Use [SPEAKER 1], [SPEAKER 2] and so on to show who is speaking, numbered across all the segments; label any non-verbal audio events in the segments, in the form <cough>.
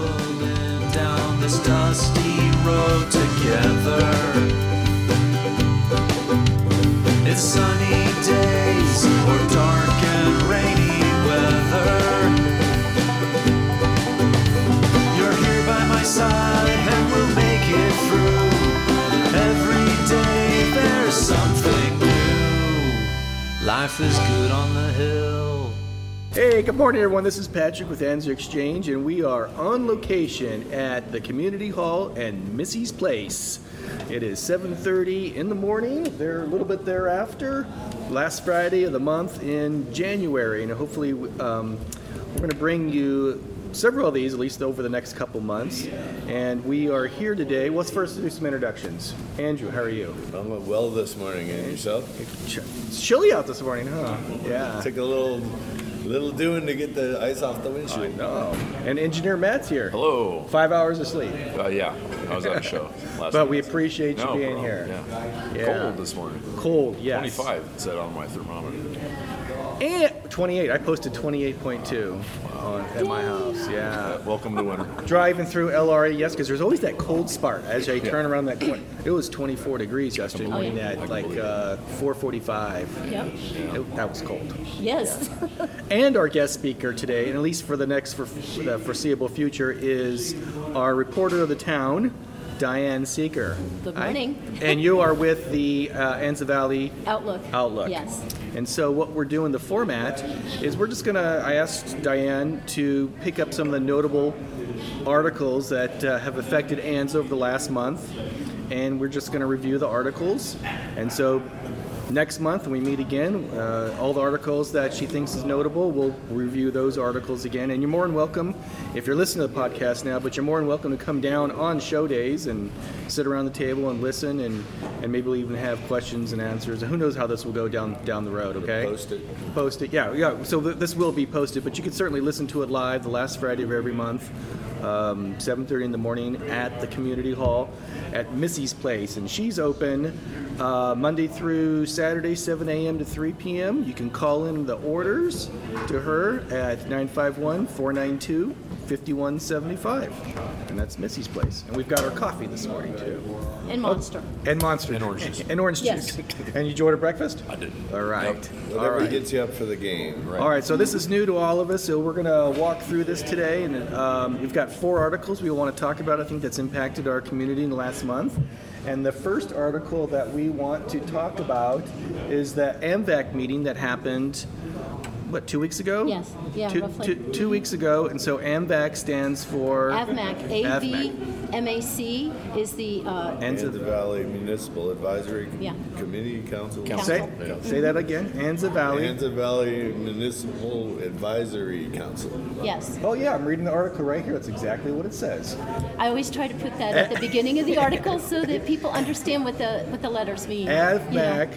[SPEAKER 1] Traveling down this dusty road together. It's sunny days or dark and rainy weather. You're here by my side and we'll make it through. Every day there's something new. Life is good on the hill.
[SPEAKER 2] Hey, good morning, everyone. This is Patrick with Anzer Exchange, and we are on location at the Community Hall and Missy's Place. It is 7:30 in the morning. They're a little bit thereafter. Last Friday of the month in January, and hopefully, um, we're going to bring you several of these, at least over the next couple months. And we are here today. Well, let's first do some introductions. Andrew, how are you?
[SPEAKER 3] I'm well this morning, eh, and yourself?
[SPEAKER 2] It's chilly out this morning, huh? Yeah.
[SPEAKER 3] Took a little, little doing to get the ice off the windshield.
[SPEAKER 2] No. Oh, And engineer Matt's here.
[SPEAKER 4] Hello.
[SPEAKER 2] Five hours of sleep.
[SPEAKER 4] Uh, yeah, I was at
[SPEAKER 3] <laughs>
[SPEAKER 4] a show last
[SPEAKER 2] But
[SPEAKER 4] night.
[SPEAKER 2] we appreciate you
[SPEAKER 4] No
[SPEAKER 2] being
[SPEAKER 4] problem,
[SPEAKER 2] here.
[SPEAKER 4] Yeah.
[SPEAKER 2] Yeah.
[SPEAKER 4] Cold this morning.
[SPEAKER 2] Cold, yes.
[SPEAKER 4] 25 it said on my thermometer.
[SPEAKER 2] And 28. I posted 28.2 on, at my house. Yeah.
[SPEAKER 4] Uh, welcome to winter.
[SPEAKER 2] Driving through LRA, yes, because there's always that cold spot as I turn around that corner. It was 24 degrees yesterday morning
[SPEAKER 4] believe it. I
[SPEAKER 2] at
[SPEAKER 4] can
[SPEAKER 2] like
[SPEAKER 4] believe it.
[SPEAKER 2] uh, 4:45.
[SPEAKER 5] Yep.
[SPEAKER 2] It- That was cold.
[SPEAKER 5] Yes.
[SPEAKER 2] And our guest speaker today, and at least for the next for, for the foreseeable future, is our reporter of the town, Diane Seeker.
[SPEAKER 5] Good
[SPEAKER 2] Hi.
[SPEAKER 5] morning.
[SPEAKER 2] and you are with the uh, Anza Valley
[SPEAKER 5] Outlook.
[SPEAKER 2] Outlook.
[SPEAKER 5] Yes.
[SPEAKER 2] And so what we're doing, the format, is we're just gonna, I asked Diane to pick up some of the notable articles that uh, have affected ANS over the last month, and we're just gonna review the articles. And so next month, when we meet again, uh, all the articles that she thinks is notable, we'll review those articles again. And you're more than welcome, if you're listening to the podcast now, but you're more than welcome to come down on show days and sit around the table and listen, and, and maybe we'll even have questions and answers. And who knows how this will go down down the road? Okay.
[SPEAKER 3] Post it.
[SPEAKER 2] Post it. Yeah, yeah. So th- this will be posted, but you can certainly listen to it live the last Friday of every month, um, 7:30 in the morning at the community hall at Missy's Place, and she's open uh, Monday through Saturday, 7 a.m. to 3 p.m. You can call in the orders to her at 951-492-5175, and that's Missy's Place. And we've got our coffee this morning too,
[SPEAKER 5] In Monster.
[SPEAKER 2] and monster
[SPEAKER 4] And orange juice.
[SPEAKER 2] and orange
[SPEAKER 5] Yes.
[SPEAKER 2] juice. <laughs> And you ordered breakfast?
[SPEAKER 4] I didn't.
[SPEAKER 2] All right. All
[SPEAKER 3] Whatever
[SPEAKER 2] right.
[SPEAKER 3] gets you up for the game.
[SPEAKER 2] All right, so this is new to all of us, so we're going to walk through this today, and um, we've got four articles we want to talk about, I think, that's impacted our community in the last month. And the first article that we want to talk about is the AMVAC meeting that happened, what, two weeks ago?
[SPEAKER 5] Yes, yeah,
[SPEAKER 2] two,
[SPEAKER 5] roughly.
[SPEAKER 2] Two, two weeks ago, and so AMVAC stands for
[SPEAKER 5] AVMAC, A-V-M-A-C is the, uh,
[SPEAKER 3] And
[SPEAKER 2] ANZA-
[SPEAKER 3] the Valley Municipal Advisory
[SPEAKER 5] Yeah.
[SPEAKER 3] Committee Council.
[SPEAKER 5] Council.
[SPEAKER 2] Say, say that again, Anza Valley.
[SPEAKER 3] And the Valley Municipal Advisory Council.
[SPEAKER 5] yes.
[SPEAKER 2] Oh, yeah, I'm reading the article right here. That's exactly what it says.
[SPEAKER 5] I always try to put that at the
[SPEAKER 2] <laughs>
[SPEAKER 5] beginning of the article so that people understand what the, what the letters mean. you know.
[SPEAKER 2] AVMAC,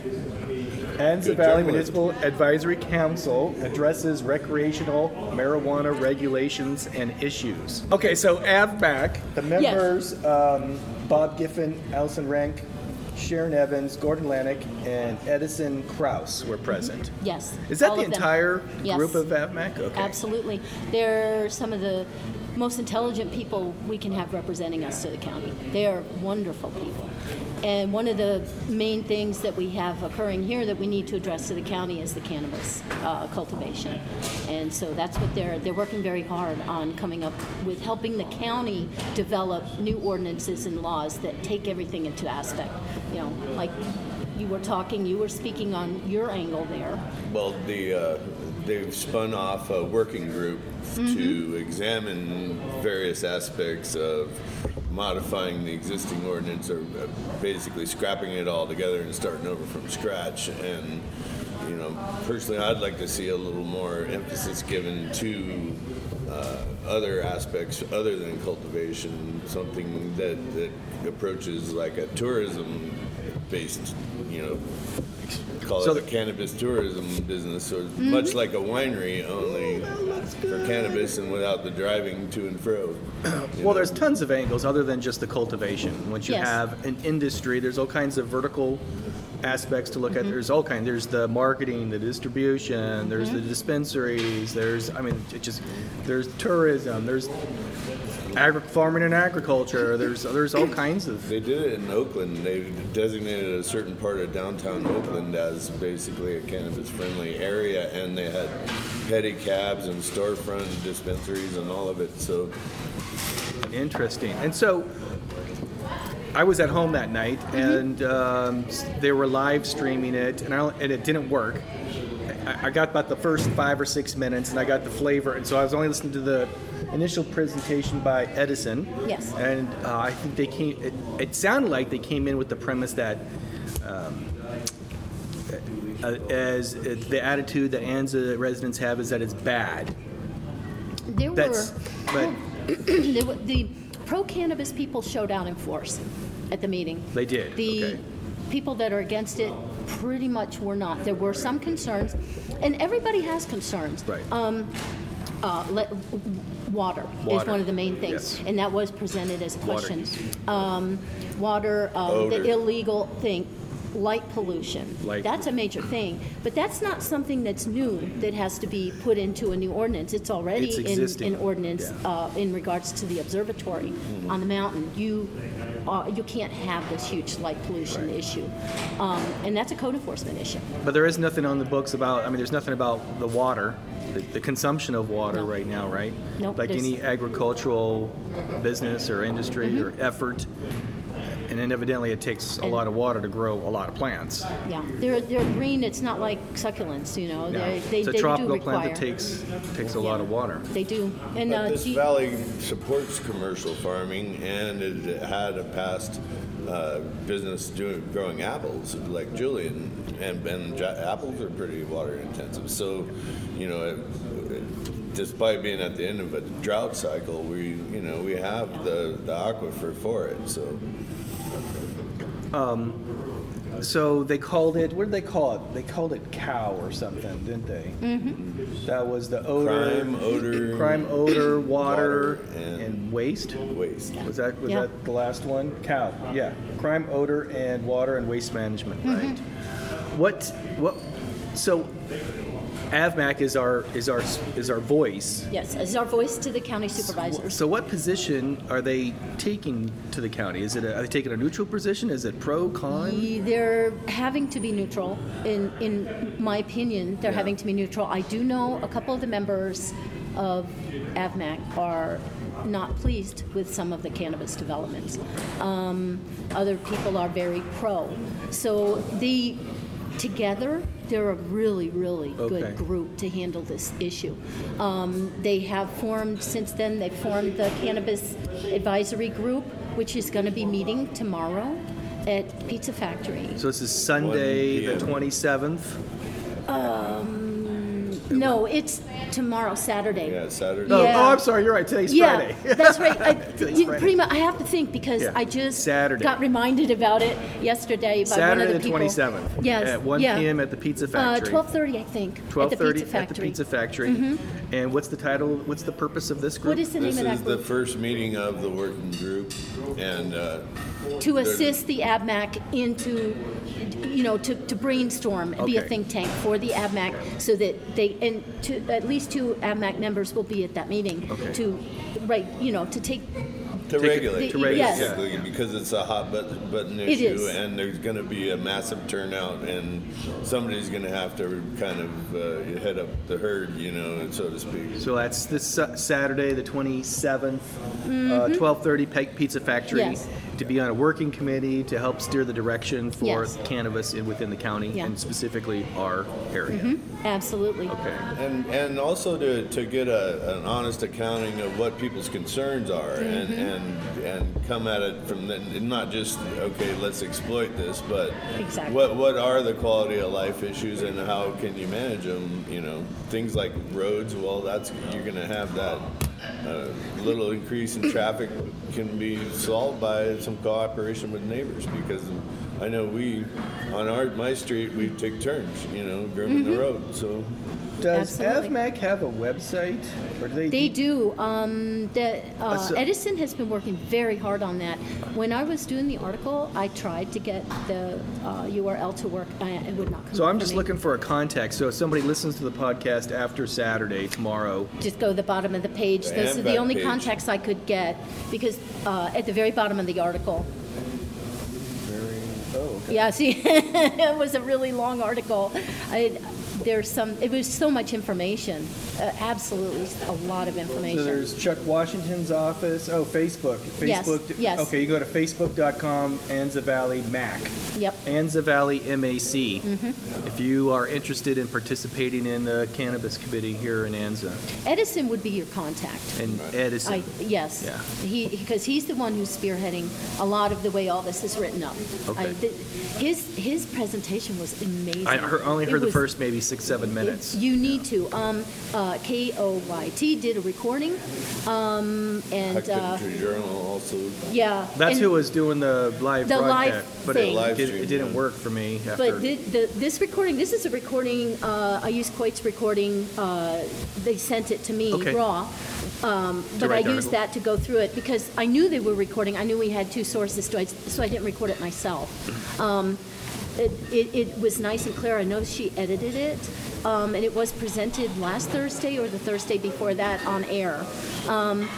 [SPEAKER 2] Anza
[SPEAKER 3] Good
[SPEAKER 2] Valley
[SPEAKER 3] journalist.
[SPEAKER 2] Municipal Advisory Council addresses recreational marijuana regulations and issues. Okay, so AVMAC, the members, um, Bob Giffen, Allison Rank, Sharon Evans, Gordon Lanick, and Edison Kraus were present.
[SPEAKER 5] Yes.
[SPEAKER 2] Is that
[SPEAKER 5] all
[SPEAKER 2] the
[SPEAKER 5] of them.
[SPEAKER 2] entire
[SPEAKER 5] Yes.
[SPEAKER 2] group of AVMAC? Okay.
[SPEAKER 5] Absolutely. They're some of the most intelligent people we can have representing us to the county. They are wonderful people. And one of the main things that we have occurring here that we need to address to the county is the cannabis uh, cultivation. And so that's what they're, they're working very hard on coming up with helping the county develop new ordinances and laws that take everything into aspect. You know, like you were talking, you were speaking on your angle there.
[SPEAKER 3] Well, the uh, they've spun off a working group to examine various aspects of modifying the existing ordinance or uh, basically scrapping it all together and starting over from scratch. And you know, personally, I'd like to see a little more emphasis given to uh, other aspects other than cultivation, something that, that approaches like a tourism-based, you know, call
[SPEAKER 2] So
[SPEAKER 3] it a
[SPEAKER 2] the-
[SPEAKER 3] cannabis tourism business, or much like a winery, only for cannabis and without the driving to and fro.
[SPEAKER 2] Well, there's tons of angles other than just the cultivation. Once you
[SPEAKER 5] Yes.
[SPEAKER 2] have an industry, there's all kinds of vertical aspects to look at. There's all kind. There's the marketing, the distribution. There's the dispensaries. There's I mean, it just there's tourism. There's agri- farming and agriculture. There's there's all kinds of
[SPEAKER 3] They did it in Oakland. They designated a certain part of downtown Oakland as basically a cannabis friendly area, and they had pedicabs and storefront dispensaries and all of it. So
[SPEAKER 2] Interesting. And so I was at home that night, and um, s- they were live streaming it, and I, and it didn't work. I, I got about the first five or six minutes, and I got the flavor, and so I was only listening to the initial presentation by Edison.
[SPEAKER 5] Yes.
[SPEAKER 2] And uh, I think they came. It, it sounded like they came in with the premise that. Um, uh, as uh, the attitude that ANZA residents have is that it's bad.
[SPEAKER 5] There
[SPEAKER 2] That's,
[SPEAKER 5] were
[SPEAKER 2] but
[SPEAKER 5] there were, the pro cannabis people showed out in force at the meeting.
[SPEAKER 2] They did,
[SPEAKER 5] The
[SPEAKER 2] okay.
[SPEAKER 5] people that are against it pretty much were not. There were some concerns, and everybody has concerns.
[SPEAKER 2] right.
[SPEAKER 5] Uh, le- water, is
[SPEAKER 2] Water,
[SPEAKER 5] one of the main things,
[SPEAKER 2] yes.
[SPEAKER 5] and that was presented as a
[SPEAKER 2] Water
[SPEAKER 5] question.
[SPEAKER 2] use.
[SPEAKER 5] Um, water, um, the
[SPEAKER 3] Odor.
[SPEAKER 5] illegal thing, light pollution.
[SPEAKER 2] Light.
[SPEAKER 5] That's a major thing, but that's not something that's new that has to be put into a new ordinance. It's already
[SPEAKER 2] It's
[SPEAKER 5] in,
[SPEAKER 2] existing,
[SPEAKER 5] in ordinance
[SPEAKER 2] yeah. Mm-hmm.
[SPEAKER 5] uh, in regards to the observatory on the mountain. You uh, you can't have this huge light pollution issue, um, and that's a code enforcement issue.
[SPEAKER 2] But there is nothing on the books about, I mean, there's nothing about the water, the, the consumption of water
[SPEAKER 5] No.
[SPEAKER 2] right now, right?
[SPEAKER 5] Nope,
[SPEAKER 2] Like
[SPEAKER 5] there's-
[SPEAKER 2] any agricultural business or industry or effort. And then evidently it takes a
[SPEAKER 5] Mm-hmm. And-
[SPEAKER 2] lot of water to grow a lot of plants.
[SPEAKER 5] Yeah, they're they're green. It's not like succulents, you know. They they,
[SPEAKER 2] it's a
[SPEAKER 5] they do
[SPEAKER 2] tropical
[SPEAKER 5] require.
[SPEAKER 2] plant that takes takes a lot of water.
[SPEAKER 5] They do. And
[SPEAKER 3] But
[SPEAKER 5] uh,
[SPEAKER 3] this
[SPEAKER 5] G-
[SPEAKER 3] valley supports commercial farming, and it had a past uh, business doing growing apples, like Julian, and, and ja- apples are pretty water intensive. So, you know, it, it, despite being at the end of a drought cycle, we, you know, we have the, the aquifer for it. So,
[SPEAKER 2] So they called it, what did they call it? They called it cow or something, didn't they? Mm-hmm. That was the odor.
[SPEAKER 3] crime, odor,
[SPEAKER 2] crime, odor, water,
[SPEAKER 3] Water and-
[SPEAKER 2] and waste?
[SPEAKER 3] waste.
[SPEAKER 2] Was that was
[SPEAKER 5] Yeah.
[SPEAKER 2] that the last one? Cow. Yeah. Crime, odor, and water and waste management.
[SPEAKER 5] Mm-hmm.
[SPEAKER 2] Right. What what? So, AVMAC is our is our is our voice.
[SPEAKER 5] yes, it's our voice to the county supervisors.
[SPEAKER 2] So, what position are they taking to the county? Is it a, are they taking a neutral position? Is it pro con?
[SPEAKER 5] They're having to be neutral. In in my opinion, they're having to be neutral. I do know a couple of the members of AVMAC are not pleased with some of the cannabis developments. Um, other people are very pro. So the together they're a really really good
[SPEAKER 2] Okay.
[SPEAKER 5] group. group to handle this issue. Um, they have formed, since then, they formed the Cannabis Advisory Group, which is going to be meeting tomorrow at Pizza Factory.
[SPEAKER 2] So this is Sunday, the
[SPEAKER 3] 1 p.m.
[SPEAKER 2] twenty seventh.
[SPEAKER 5] No, it's tomorrow, Saturday.
[SPEAKER 3] Yeah, Saturday.
[SPEAKER 2] Oh,
[SPEAKER 5] Yeah.
[SPEAKER 2] oh, I'm sorry. You're right. Today's
[SPEAKER 5] <laughs> Yeah,
[SPEAKER 2] Friday.
[SPEAKER 5] that's
[SPEAKER 2] <laughs>
[SPEAKER 5] right. I,
[SPEAKER 2] Today's
[SPEAKER 5] you,
[SPEAKER 2] Friday.
[SPEAKER 5] pretty much, I have to think because
[SPEAKER 2] Yeah.
[SPEAKER 5] I just
[SPEAKER 2] Saturday.
[SPEAKER 5] got reminded about it yesterday by one
[SPEAKER 2] Saturday
[SPEAKER 5] of the
[SPEAKER 2] the
[SPEAKER 5] people.
[SPEAKER 2] twenty seventh.
[SPEAKER 5] Yes.
[SPEAKER 2] At one
[SPEAKER 5] yeah.
[SPEAKER 2] p.m. at the Pizza
[SPEAKER 5] Uh,
[SPEAKER 2] Factory.
[SPEAKER 5] twelve thirty, I think.
[SPEAKER 2] Twelve
[SPEAKER 5] at the
[SPEAKER 2] thirty
[SPEAKER 5] Pizza Factory. Mm-hmm.
[SPEAKER 2] at the Pizza Factory. And what's the title? What's the purpose of this group?
[SPEAKER 5] What is the
[SPEAKER 3] This
[SPEAKER 5] name
[SPEAKER 3] is
[SPEAKER 5] of that
[SPEAKER 3] the
[SPEAKER 5] group?
[SPEAKER 3] first meeting of the working group, and uh,
[SPEAKER 5] to assist the ABMAC into, you know, to, to brainstorm and be a
[SPEAKER 2] Okay.
[SPEAKER 5] think tank for the ABMAC so that they, and to, at least two ABMAC members will be at that meeting
[SPEAKER 2] Okay.
[SPEAKER 5] to, right, you know, to take,
[SPEAKER 3] To regulate,
[SPEAKER 5] To regulate, yes.
[SPEAKER 3] basically, because it's a hot button, button
[SPEAKER 5] E It
[SPEAKER 3] issue,
[SPEAKER 5] is.
[SPEAKER 3] and there's going to be a massive turnout, and somebody's going to have to kind of uh, head up the herd, you know, so to speak.
[SPEAKER 2] So that's this Sa- Saturday, the 27th, uh, 12:30, Pe- Pizza Factory,
[SPEAKER 5] Mm-hmm. Yes.
[SPEAKER 2] to be on a working committee to help steer the direction for
[SPEAKER 5] Yes.
[SPEAKER 2] cannabis in, within the county
[SPEAKER 5] Yeah. Mm-hmm.
[SPEAKER 2] and specifically our area.
[SPEAKER 5] absolutely.
[SPEAKER 2] Okay.
[SPEAKER 3] And and also to, to get a, an honest accounting of what people's concerns are, and, and and come at it from the, not just okay, let's exploit this, but
[SPEAKER 5] Exactly.
[SPEAKER 3] what what are the quality of life issues, and how can you manage them? You know, things like roads. Well, that's you're going to have that. Uh, little increase in traffic can be solved by some cooperation with neighbors because I know we, on our my street, we take turns, you know, grooming the road. So
[SPEAKER 2] Does
[SPEAKER 5] Absolutely.
[SPEAKER 2] AvMac have a website, or do they?
[SPEAKER 5] They do. Um, the, uh,
[SPEAKER 2] so-
[SPEAKER 5] Edison has been working very hard on that. When I was doing the article, I tried to get the uh, URL to work, and it would not come.
[SPEAKER 2] So
[SPEAKER 5] up
[SPEAKER 2] I'm
[SPEAKER 5] for
[SPEAKER 2] just
[SPEAKER 5] me.
[SPEAKER 2] looking for a contact. So if somebody listens to the podcast after Saturday tomorrow,
[SPEAKER 5] Just go to the bottom of the page.
[SPEAKER 3] The
[SPEAKER 5] Those are the
[SPEAKER 3] AMVAC
[SPEAKER 5] only
[SPEAKER 3] page.
[SPEAKER 5] contacts I could get because uh, at the very bottom of the article.
[SPEAKER 2] oh,
[SPEAKER 5] Yeah, <laughs> see, it was a really long article. I, there's some. It was so much information. Uh, absolutely, a lot of information.
[SPEAKER 2] so there's Chuck Washington's office. Oh, Facebook.
[SPEAKER 5] Yes,
[SPEAKER 2] Facebook.
[SPEAKER 5] yes.
[SPEAKER 2] Okay, you go to facebook.com Anza Valley Mac.
[SPEAKER 5] yep.
[SPEAKER 2] Anza Valley MAC.
[SPEAKER 5] Mm-hmm.
[SPEAKER 2] If you are interested in participating in the cannabis committee here in Anza
[SPEAKER 5] Edison would be your contact.
[SPEAKER 2] and Edison.
[SPEAKER 5] I, yes.
[SPEAKER 2] Yeah.
[SPEAKER 5] He, because he's the one who's spearheading a lot of the way all this is written up. I-
[SPEAKER 2] Okay.
[SPEAKER 5] th- His, his presentation was amazing.
[SPEAKER 2] I heard, only
[SPEAKER 5] It
[SPEAKER 2] heard the
[SPEAKER 5] was-
[SPEAKER 2] first maybe six, seven minutes.
[SPEAKER 5] You need to. Um, uh, KOYT did a recording, um, and, uh,
[SPEAKER 3] Hackett's Journal also
[SPEAKER 5] yeah.
[SPEAKER 2] That's
[SPEAKER 5] and-
[SPEAKER 2] who was doing the live
[SPEAKER 5] The live
[SPEAKER 2] broadcast, but
[SPEAKER 5] thing.
[SPEAKER 2] it,
[SPEAKER 3] Live
[SPEAKER 2] did,
[SPEAKER 3] stream,
[SPEAKER 2] it didn't
[SPEAKER 3] yeah.
[SPEAKER 2] work for me. After
[SPEAKER 5] But thi- the, this recording, this is a recording, uh, I used Coit's recording, uh, they sent it to me
[SPEAKER 2] Okay.
[SPEAKER 5] raw. Um, But I
[SPEAKER 2] write the
[SPEAKER 5] used
[SPEAKER 2] article.
[SPEAKER 5] that to go through it because I knew they were recording, I knew we had two sources, so I- so I didn't record it myself. Um, It, it it was nice and clear, I know she edited it, um, and it was presented last Thursday or the Thursday before that on air. Um,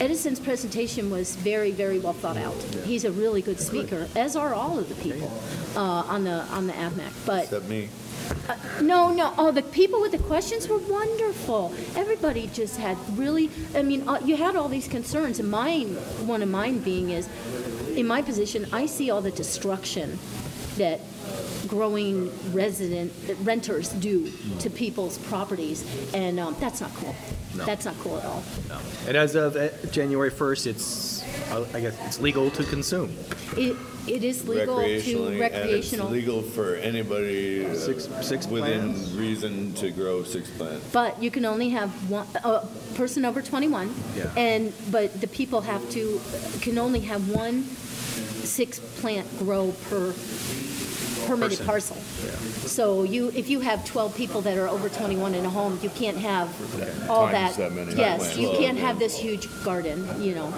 [SPEAKER 5] Edison's presentation was very, very well thought out. He's a really good speaker, as are all of the people uh, on the on the AVMAC. But
[SPEAKER 3] except me.
[SPEAKER 5] no, no, oh, the people with the questions were wonderful. Everybody just had really, I mean, uh, you had all these concerns, and mine, one of mine being is, in my position, I see all the destruction that growing resident that renters do to people's properties, and um, that's not cool. That's not cool at all.
[SPEAKER 2] And as of uh, January 1st, it's, uh, I guess, it's legal to consume.
[SPEAKER 5] It, it is legal to
[SPEAKER 3] recreationally, and it's
[SPEAKER 5] recreational.
[SPEAKER 3] legal for anybody uh,
[SPEAKER 2] Six- six
[SPEAKER 3] within
[SPEAKER 2] plants?
[SPEAKER 3] reason to grow six plants.
[SPEAKER 5] But you can only have one, a person over 21.
[SPEAKER 2] Yeah.
[SPEAKER 5] And, but the people have to, can only have one six plant grow per permitted
[SPEAKER 2] Person.
[SPEAKER 5] parcel. So you, if you have 12 people that are over 21 in a home, you can't have all that.
[SPEAKER 4] Times that many.
[SPEAKER 5] Yes, you
[SPEAKER 3] Well,
[SPEAKER 5] can't
[SPEAKER 3] yeah.
[SPEAKER 5] have this huge garden, you know.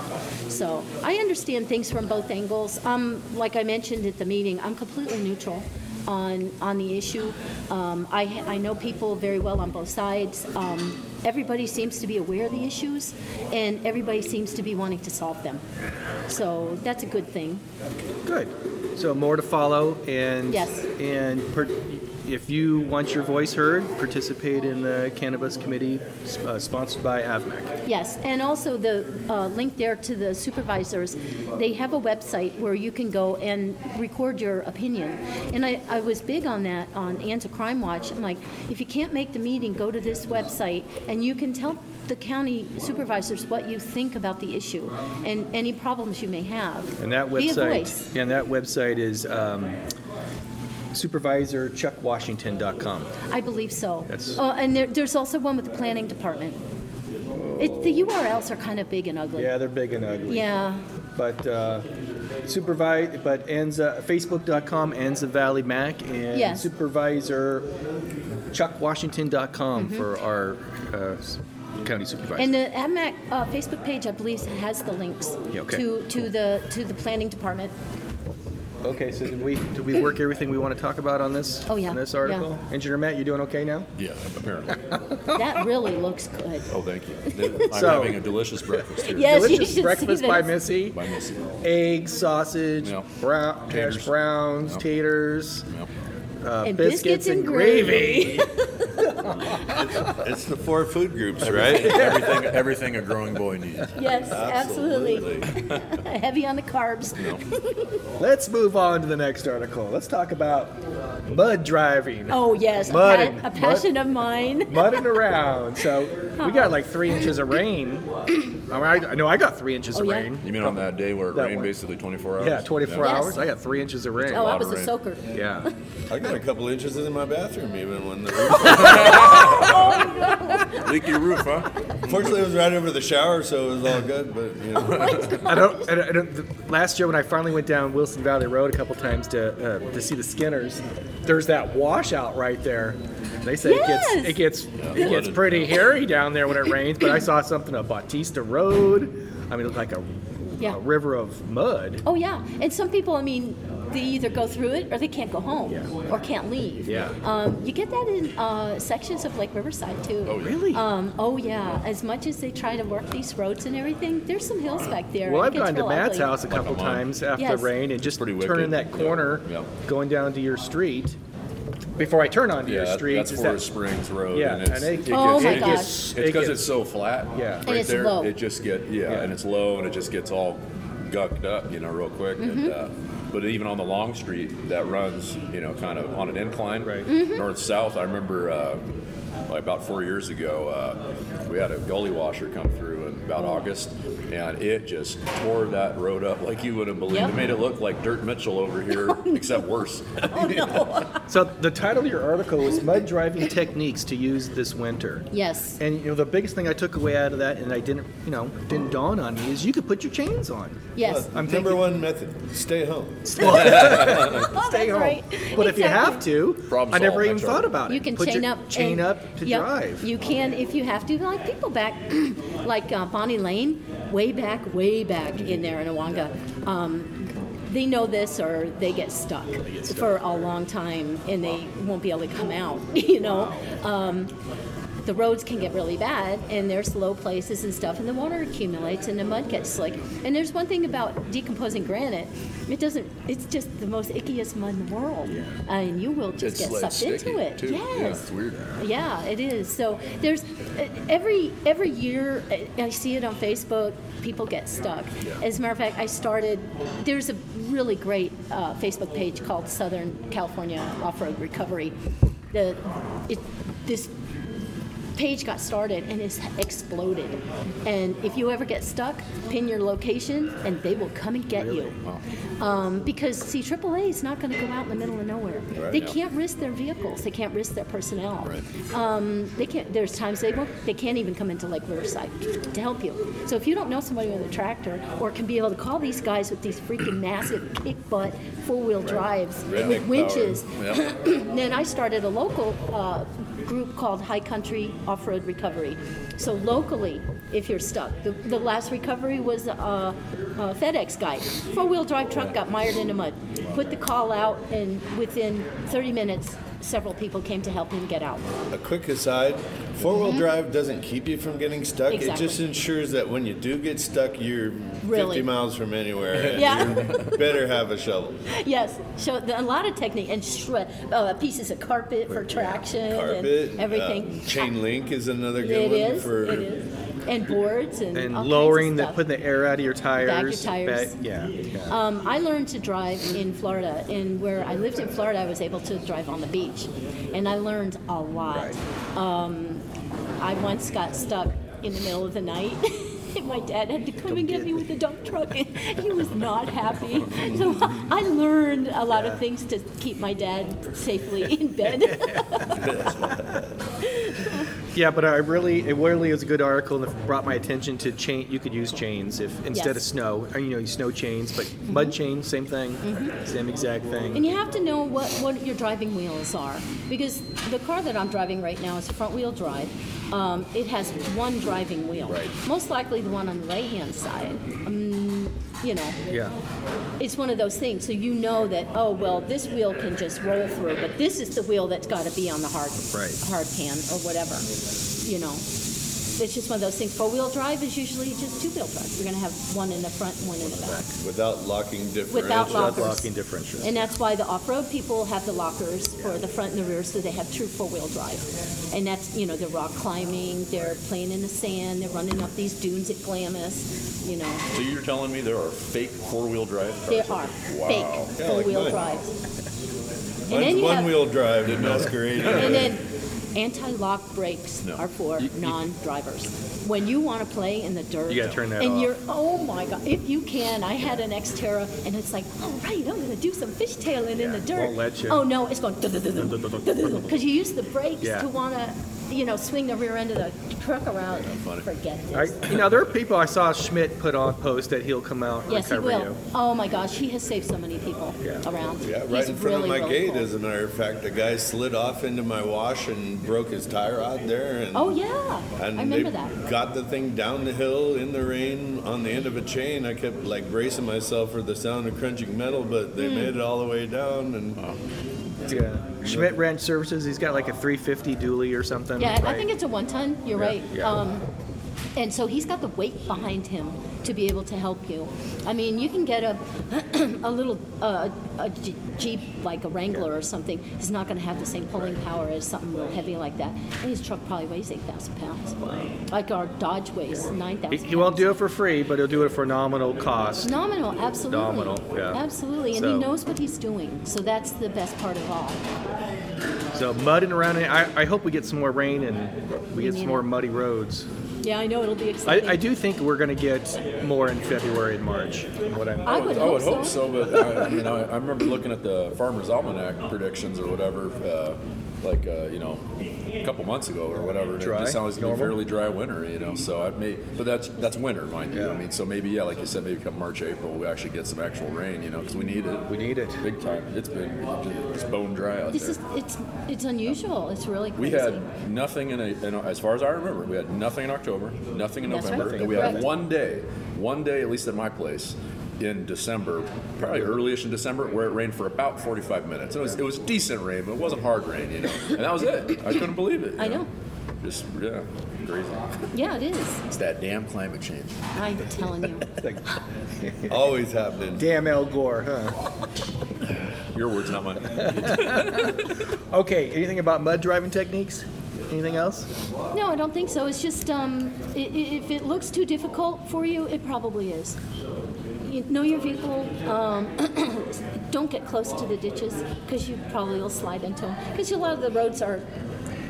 [SPEAKER 5] So I understand things from both angles. Um, Like I mentioned at the meeting, I'm completely neutral on, on the issue. Um, I, I know people very well on both sides. Um, Everybody seems to be aware of the issues, and everybody seems to be wanting to solve them. So that's a good thing.
[SPEAKER 2] Good. So more to follow, and
[SPEAKER 5] Yes.
[SPEAKER 2] and per, if you want your voice heard, participate in the cannabis committee sp- uh, sponsored by AVMAC.
[SPEAKER 5] Yes, and also the uh, link there to the supervisors, they have a website where you can go and record your opinion. And I, I was big on that on Anti-Crime Watch. I'm like, if you can't make the meeting, go to this website, and you can tell the county supervisors what you think about the issue and any problems you may have.
[SPEAKER 2] And that
[SPEAKER 5] Be a
[SPEAKER 2] website
[SPEAKER 5] voice.
[SPEAKER 2] and that website is um, supervisorchuckwashington.com.
[SPEAKER 5] I believe so.
[SPEAKER 2] That's-
[SPEAKER 5] Uh, And there- there's also one with the planning department. It- The URLs are kind of big and ugly.
[SPEAKER 2] Yeah, they're big and ugly.
[SPEAKER 5] Yeah,
[SPEAKER 2] But uh, supervise, but Anza Facebook.com Anza Valley Mac and
[SPEAKER 5] Yes.
[SPEAKER 2] supervisor ChuckWashington.com for our uh, s- county supervisor.
[SPEAKER 5] Mm-hmm. And the AMAC uh, Facebook page, I believe, has the links
[SPEAKER 2] Yeah, okay.
[SPEAKER 5] to, to the, to the
[SPEAKER 2] <laughs>
[SPEAKER 5] planning department.
[SPEAKER 2] Okay, so did we, did we work everything we want to talk about on this?
[SPEAKER 5] Oh, yeah,
[SPEAKER 2] On this
[SPEAKER 5] yeah.
[SPEAKER 2] article? Engineer Matt, you doing
[SPEAKER 5] <laughs>
[SPEAKER 2] okay now?
[SPEAKER 4] Yeah,
[SPEAKER 2] <laughs>
[SPEAKER 4] apparently.
[SPEAKER 5] That really looks good.
[SPEAKER 4] Oh, thank you. I'm
[SPEAKER 2] So-
[SPEAKER 4] having a delicious breakfast here.
[SPEAKER 5] Yes, you should
[SPEAKER 2] Delicious
[SPEAKER 5] see
[SPEAKER 2] breakfast by
[SPEAKER 5] this.
[SPEAKER 2] Missy.
[SPEAKER 4] By
[SPEAKER 2] <laughs>
[SPEAKER 4] Missy.
[SPEAKER 2] Egg, sausage,
[SPEAKER 4] Yeah.
[SPEAKER 2] brown,
[SPEAKER 4] Taters.
[SPEAKER 2] hash browns,
[SPEAKER 4] Yeah.
[SPEAKER 2] taters,
[SPEAKER 4] Yeah.
[SPEAKER 2] uh,
[SPEAKER 5] And
[SPEAKER 2] biscuits and gravy. <laughs>
[SPEAKER 3] It's the four food groups, right?
[SPEAKER 4] Everything, everything a growing boy needs.
[SPEAKER 5] <laughs> Yes, absolutely. <laughs> Heavy on the carbs.
[SPEAKER 2] Let's move on to the next article. Let's talk about mud driving.
[SPEAKER 5] Oh, yes, a
[SPEAKER 2] Mud
[SPEAKER 5] pa-
[SPEAKER 2] and-
[SPEAKER 5] a passion of mine.
[SPEAKER 2] <laughs> Mudding around. So we got like three inches of rain.
[SPEAKER 5] <coughs>
[SPEAKER 2] I, mean, I, I know I got three inches
[SPEAKER 5] Oh,
[SPEAKER 2] of
[SPEAKER 5] yeah?
[SPEAKER 2] rain.
[SPEAKER 4] You mean on that day where it
[SPEAKER 2] That
[SPEAKER 4] rained
[SPEAKER 2] one.
[SPEAKER 4] basically 24 hours?
[SPEAKER 2] Yeah, 24
[SPEAKER 5] Yes.
[SPEAKER 2] hours. I got three inches of rain.
[SPEAKER 5] Oh, I
[SPEAKER 4] lot
[SPEAKER 5] was
[SPEAKER 4] of
[SPEAKER 5] a
[SPEAKER 4] rain.
[SPEAKER 5] soaker.
[SPEAKER 2] Yeah.
[SPEAKER 3] I got a couple <laughs> inches in my bathroom even when the
[SPEAKER 4] Leaky roof, huh?
[SPEAKER 3] Fortunately, it was right over the shower, so it was all good. But you know,
[SPEAKER 2] I don't. I don't, I don't the, last year when I finally went down Wilson Valley Road a couple times to uh, to see the Skinners, there's that washout right there. They say
[SPEAKER 5] Yes!
[SPEAKER 2] it gets it gets it gets pretty hairy down there when it rains. But I saw something on Bautista Road. I mean, it looked like a,
[SPEAKER 5] Yeah.
[SPEAKER 2] a river of mud.
[SPEAKER 5] Oh yeah, and some people, I mean, they either go through it or they can't go home
[SPEAKER 2] Yeah.
[SPEAKER 5] or can't leave.
[SPEAKER 2] Yeah.
[SPEAKER 5] Um, you get that in uh, sections of Lake Riverside too. Oh
[SPEAKER 2] Really?
[SPEAKER 5] Um, oh yeah. As much as they try to work these roads and everything, there's some hills back there.
[SPEAKER 2] well,
[SPEAKER 5] and
[SPEAKER 2] I've
[SPEAKER 5] it gets
[SPEAKER 2] gone to
[SPEAKER 5] real
[SPEAKER 2] Matt's
[SPEAKER 5] ugly.
[SPEAKER 2] house a couple times after
[SPEAKER 5] Yes.
[SPEAKER 2] rain and just
[SPEAKER 4] Pretty
[SPEAKER 2] turning
[SPEAKER 4] wicked.
[SPEAKER 2] that
[SPEAKER 4] Yeah.
[SPEAKER 2] corner,
[SPEAKER 4] Yeah.
[SPEAKER 2] going down to your street. Before I turn onto
[SPEAKER 4] Yeah,
[SPEAKER 2] your
[SPEAKER 4] that-
[SPEAKER 2] street,
[SPEAKER 4] that's
[SPEAKER 2] is
[SPEAKER 4] Forest
[SPEAKER 2] that-
[SPEAKER 4] Springs Road.
[SPEAKER 2] Yeah,
[SPEAKER 4] and it's,
[SPEAKER 2] and it-
[SPEAKER 4] it
[SPEAKER 5] Oh
[SPEAKER 4] gets-
[SPEAKER 5] my
[SPEAKER 4] it gets-
[SPEAKER 2] gosh.
[SPEAKER 4] It's
[SPEAKER 2] It
[SPEAKER 4] because
[SPEAKER 2] gets-
[SPEAKER 4] it's so flat.
[SPEAKER 2] Yeah. And
[SPEAKER 4] right
[SPEAKER 5] it's
[SPEAKER 4] there,
[SPEAKER 5] low.
[SPEAKER 4] It just get yeah,
[SPEAKER 2] Yeah.
[SPEAKER 4] and it's low, and it just gets all gucked up, you know, real quick. And,
[SPEAKER 5] Mm-hmm.
[SPEAKER 4] uh, but even on the long street that runs, you know, kind of on an incline,
[SPEAKER 2] Right.
[SPEAKER 5] Mm-hmm.
[SPEAKER 4] north south. I remember. Uh, like about four years ago, uh, we had a gully washer come through in about August, and it just tore that road up like you wouldn't believe.
[SPEAKER 5] Yep. Oh,
[SPEAKER 4] It made it look like Dirt Mitchell over
[SPEAKER 5] <laughs>
[SPEAKER 4] here, except worse.
[SPEAKER 2] So the title of your article was "Mud Driving Techniques to Use This Winter."
[SPEAKER 5] Yes.
[SPEAKER 2] And you know the biggest thing I took away out of that, and I didn't, you know, didn't dawn on me is you could put your chains on. <laughs>
[SPEAKER 5] Yes.
[SPEAKER 2] I'm
[SPEAKER 3] number
[SPEAKER 2] thinking-
[SPEAKER 3] one method: stay home.
[SPEAKER 5] <laughs> oh,
[SPEAKER 2] Stay
[SPEAKER 5] that's
[SPEAKER 2] home.
[SPEAKER 5] right.
[SPEAKER 2] <laughs> But if you have
[SPEAKER 5] Exactly.
[SPEAKER 2] to,
[SPEAKER 4] Problem
[SPEAKER 2] I never
[SPEAKER 4] solved,
[SPEAKER 2] even
[SPEAKER 4] that's
[SPEAKER 2] thought
[SPEAKER 4] right.
[SPEAKER 2] about it.
[SPEAKER 5] You can
[SPEAKER 2] Put your
[SPEAKER 5] chain up.
[SPEAKER 2] Chain
[SPEAKER 5] and-
[SPEAKER 2] up to
[SPEAKER 5] Yep.
[SPEAKER 2] drive.
[SPEAKER 5] You can if you have to. Like people back, <clears throat> like uh, Bonnie Lane, way back, way back in there in Awanga, um, they know this or they get stuck for a long time and they won't be able to come out. <laughs> You know, um, the roads can get really bad and there's low places and stuff and the water accumulates and the mud gets slick. And there's one thing about decomposing granite. It doesn't. It's just the most ickiest mud in the world, and you will just get
[SPEAKER 4] like,
[SPEAKER 5] sucked
[SPEAKER 4] sticky,
[SPEAKER 5] into it.
[SPEAKER 4] too.
[SPEAKER 5] Yes,
[SPEAKER 4] Yeah, it's weird.
[SPEAKER 5] yeah, it is. So there's uh, every every year I- I see it on Facebook. People get stuck. As a matter of fact, I started. There's a really great uh, Facebook page called Southern California Off-Road Recovery. The it this page got started and it's exploded. And if you ever get stuck, pin your location and they will come and get you. Um, because see, AAA is not going to go out in the middle of nowhere. they can't risk their vehicles. They can't risk their personnel. Um, they can't. There's times they won't. They can't even come into Lake Riverside to help you. So if you don't know somebody with a tractor or can be able to call these guys with these freaking massive kick butt four wheel drives with
[SPEAKER 3] Redneck
[SPEAKER 5] winches,
[SPEAKER 4] power. Yeah.
[SPEAKER 5] <clears throat> then I started a local uh, group called High Country Off Road Recovery. So locally, if you're stuck, the, the last recovery was a, a FedEx guy. Four wheel drive truck got mired in the mud. Put the call out, and within 30 minutes, several people came to help him
[SPEAKER 3] <laughs>
[SPEAKER 5] get out.
[SPEAKER 3] A quick aside: four-wheel drive doesn't keep you from getting stuck.
[SPEAKER 5] Mm-hmm. Exactly.
[SPEAKER 3] It just ensures that when you do get stuck, you're
[SPEAKER 5] Really.
[SPEAKER 3] 50 miles from anywhere. and
[SPEAKER 5] Yeah.
[SPEAKER 3] <laughs> you better have a shovel.
[SPEAKER 5] Yes, so the, a lot of technique and shred, uh, pieces of carpet for traction
[SPEAKER 3] Carpet,
[SPEAKER 5] and
[SPEAKER 3] uh,
[SPEAKER 5] everything.
[SPEAKER 3] chain link is another
[SPEAKER 5] it
[SPEAKER 3] good one
[SPEAKER 5] is,
[SPEAKER 3] for
[SPEAKER 5] it is, and boards and
[SPEAKER 2] and
[SPEAKER 5] all kinds of
[SPEAKER 2] lowering the
[SPEAKER 5] stuff.
[SPEAKER 2] putting the air out of your tires.
[SPEAKER 5] tires.
[SPEAKER 2] back- yeah. yeah.
[SPEAKER 5] Um, I learned to drive in Florida, and where I lived in Florida, I was able to drive on the beach, and I learned a lot. Um, I once got stuck in the middle of the night. <laughs> and My dad had to come and get me with a dump truck, and he was not happy. <laughs> So I learned a lot of things to keep my dad safely in bed.
[SPEAKER 2] Yeah, but I really, it really is a good article and it brought my attention to chain. You could use chains if instead of
[SPEAKER 5] Yes. Mm-hmm.
[SPEAKER 2] snow, uh, you know, you snow chains, but mud chains, same thing, same exact thing.
[SPEAKER 5] And you have to know what, what your driving wheels are because the car that I'm driving right now is a front wheel drive. Um, it has one driving wheel, most likely the one on the right hand side. Um, you know,
[SPEAKER 2] yeah.
[SPEAKER 5] it's one of those things. So you know that oh well, this wheel can just roll through, but this is the wheel that's got to be on the hard
[SPEAKER 2] Right.
[SPEAKER 5] hard pan or whatever. You know, it's just one of those things. Four wheel drive is usually just two wheel drive. You're gonna have one in the front, and one in the back.
[SPEAKER 3] without locking differentials.
[SPEAKER 5] Without lockers.
[SPEAKER 2] Locking differential.
[SPEAKER 5] And that's why the off-road people have the lockers for the front and the rear, so they have true four-wheel drive. And that's, you know, they're rock climbing, they're playing in the sand, they're running up these dunes at Glamis, you know,
[SPEAKER 4] So you're telling me there are fake four-wheel drive cars?
[SPEAKER 5] they are fake
[SPEAKER 4] Wow.
[SPEAKER 3] Yeah, like
[SPEAKER 5] four-wheel
[SPEAKER 3] mine.
[SPEAKER 5] drives. And then
[SPEAKER 3] Mine's
[SPEAKER 5] you have,
[SPEAKER 3] one-wheel drive to masquerade.
[SPEAKER 5] <laughs>
[SPEAKER 2] <laughs>
[SPEAKER 5] and then anti-lock brakes are for non-drivers. When you want to play in the dirt,
[SPEAKER 2] You gotta turn that
[SPEAKER 5] and
[SPEAKER 2] off.
[SPEAKER 5] you're oh my god, if you can, I had an Xterra, and it's like, all right, I'm gonna do some fishtailing in the dirt.
[SPEAKER 2] won't let you.
[SPEAKER 5] Oh no, it's going because you use the brakes
[SPEAKER 2] Yeah.
[SPEAKER 5] to want to, you know, swing the rear end of the truck around,
[SPEAKER 4] funny.
[SPEAKER 5] forget
[SPEAKER 2] I,
[SPEAKER 5] this.
[SPEAKER 2] you know, there are people I saw Schmidt put on post that he'll come out and
[SPEAKER 5] Yes, he
[SPEAKER 2] recover
[SPEAKER 5] will.
[SPEAKER 2] you.
[SPEAKER 5] Oh, my gosh, he has saved so many people
[SPEAKER 2] Yeah.
[SPEAKER 5] around.
[SPEAKER 3] Yeah, right
[SPEAKER 5] He's
[SPEAKER 3] in front
[SPEAKER 5] really,
[SPEAKER 3] of my
[SPEAKER 5] really
[SPEAKER 3] gate,
[SPEAKER 5] cool.
[SPEAKER 3] as a matter of fact. A guy slid off into my wash and broke his tie rod there. And,
[SPEAKER 5] Oh, yeah, I
[SPEAKER 3] And
[SPEAKER 5] remember
[SPEAKER 3] they
[SPEAKER 5] that.
[SPEAKER 3] got the thing down the hill in the rain on the end of a chain. I kept like bracing myself for the sound of crunching metal, but
[SPEAKER 5] Hmm.
[SPEAKER 3] they made it all the way down. And
[SPEAKER 2] Yeah. Schmidt Ranch Services, he's got like a 350 dually or something.
[SPEAKER 5] Yeah, I
[SPEAKER 2] right?
[SPEAKER 5] think it's a one ton, you're
[SPEAKER 2] Yeah,
[SPEAKER 5] right.
[SPEAKER 2] yeah.
[SPEAKER 5] Um, And so he's got the weight behind him to be able to help you. I mean, you can get a, <clears throat> a little, uh, a J- Jeep, like a Wrangler or something, is not gonna have the same pulling power as something real heavy like that. And his truck probably weighs eight thousand pounds. Like our Dodge weighs nine
[SPEAKER 2] He,
[SPEAKER 5] thousand.
[SPEAKER 2] he won't do it for free, but he'll do it for nominal cost.
[SPEAKER 5] Nominal, absolutely.
[SPEAKER 2] Nominal, yeah.
[SPEAKER 5] Absolutely, and
[SPEAKER 2] So-
[SPEAKER 5] he knows what he's doing, so that's the best part of all.
[SPEAKER 2] So mud and around. it. I, I hope we get some more rain and we get
[SPEAKER 5] need
[SPEAKER 2] some more
[SPEAKER 5] it.
[SPEAKER 2] muddy roads.
[SPEAKER 5] Yeah, I know, it'll be
[SPEAKER 2] I,
[SPEAKER 5] exciting.
[SPEAKER 2] I do think we're going to get more in February and March. from What I'm,
[SPEAKER 5] I would
[SPEAKER 4] I would
[SPEAKER 5] hope
[SPEAKER 4] hope so, but I, you know, I remember looking at the Farmer's Almanac predictions or whatever, uh, like uh, you know, a couple months ago or whatever. and
[SPEAKER 2] Dry,
[SPEAKER 4] it just sounds like a
[SPEAKER 2] normal?
[SPEAKER 4] fairly dry winter, you know. So I may, but that's that's winter, mind you. I mean, so maybe yeah, like you said, maybe come March, April, we actually get some actual rain, you know, because we need it.
[SPEAKER 2] we need it.
[SPEAKER 4] Big time. It's been it's bone dry out
[SPEAKER 5] This
[SPEAKER 4] there.
[SPEAKER 5] is, it's, it's unusual, it's really
[SPEAKER 4] We
[SPEAKER 5] crazy.
[SPEAKER 4] had nothing in, a, in a- as far as I remember, we had nothing in October, nothing in
[SPEAKER 5] That's
[SPEAKER 4] November,
[SPEAKER 5] right.
[SPEAKER 4] and we had
[SPEAKER 5] Correct.
[SPEAKER 4] one day, one day at least at my place in December, probably early-ish in December, where it rained for about 45 minutes. And it was, it was decent rain, but it wasn't hard rain, you know. And that was it. I couldn't believe it. you
[SPEAKER 5] I know.
[SPEAKER 4] Just yeah, crazy.
[SPEAKER 5] Yeah, it is.
[SPEAKER 4] It's that damn climate change.
[SPEAKER 5] I'm telling you.
[SPEAKER 3] always happening.
[SPEAKER 2] Damn Al Gore, huh?
[SPEAKER 4] Your words, not mine.
[SPEAKER 2] Okay, anything about mud driving techniques? Anything else?
[SPEAKER 5] No, I don't think so. It's just um, i- i- if it looks too difficult for you, it probably is. You know your vehicle. Um, <coughs> don't get close to the ditches because you probably will slide into them. Because a lot of the roads are,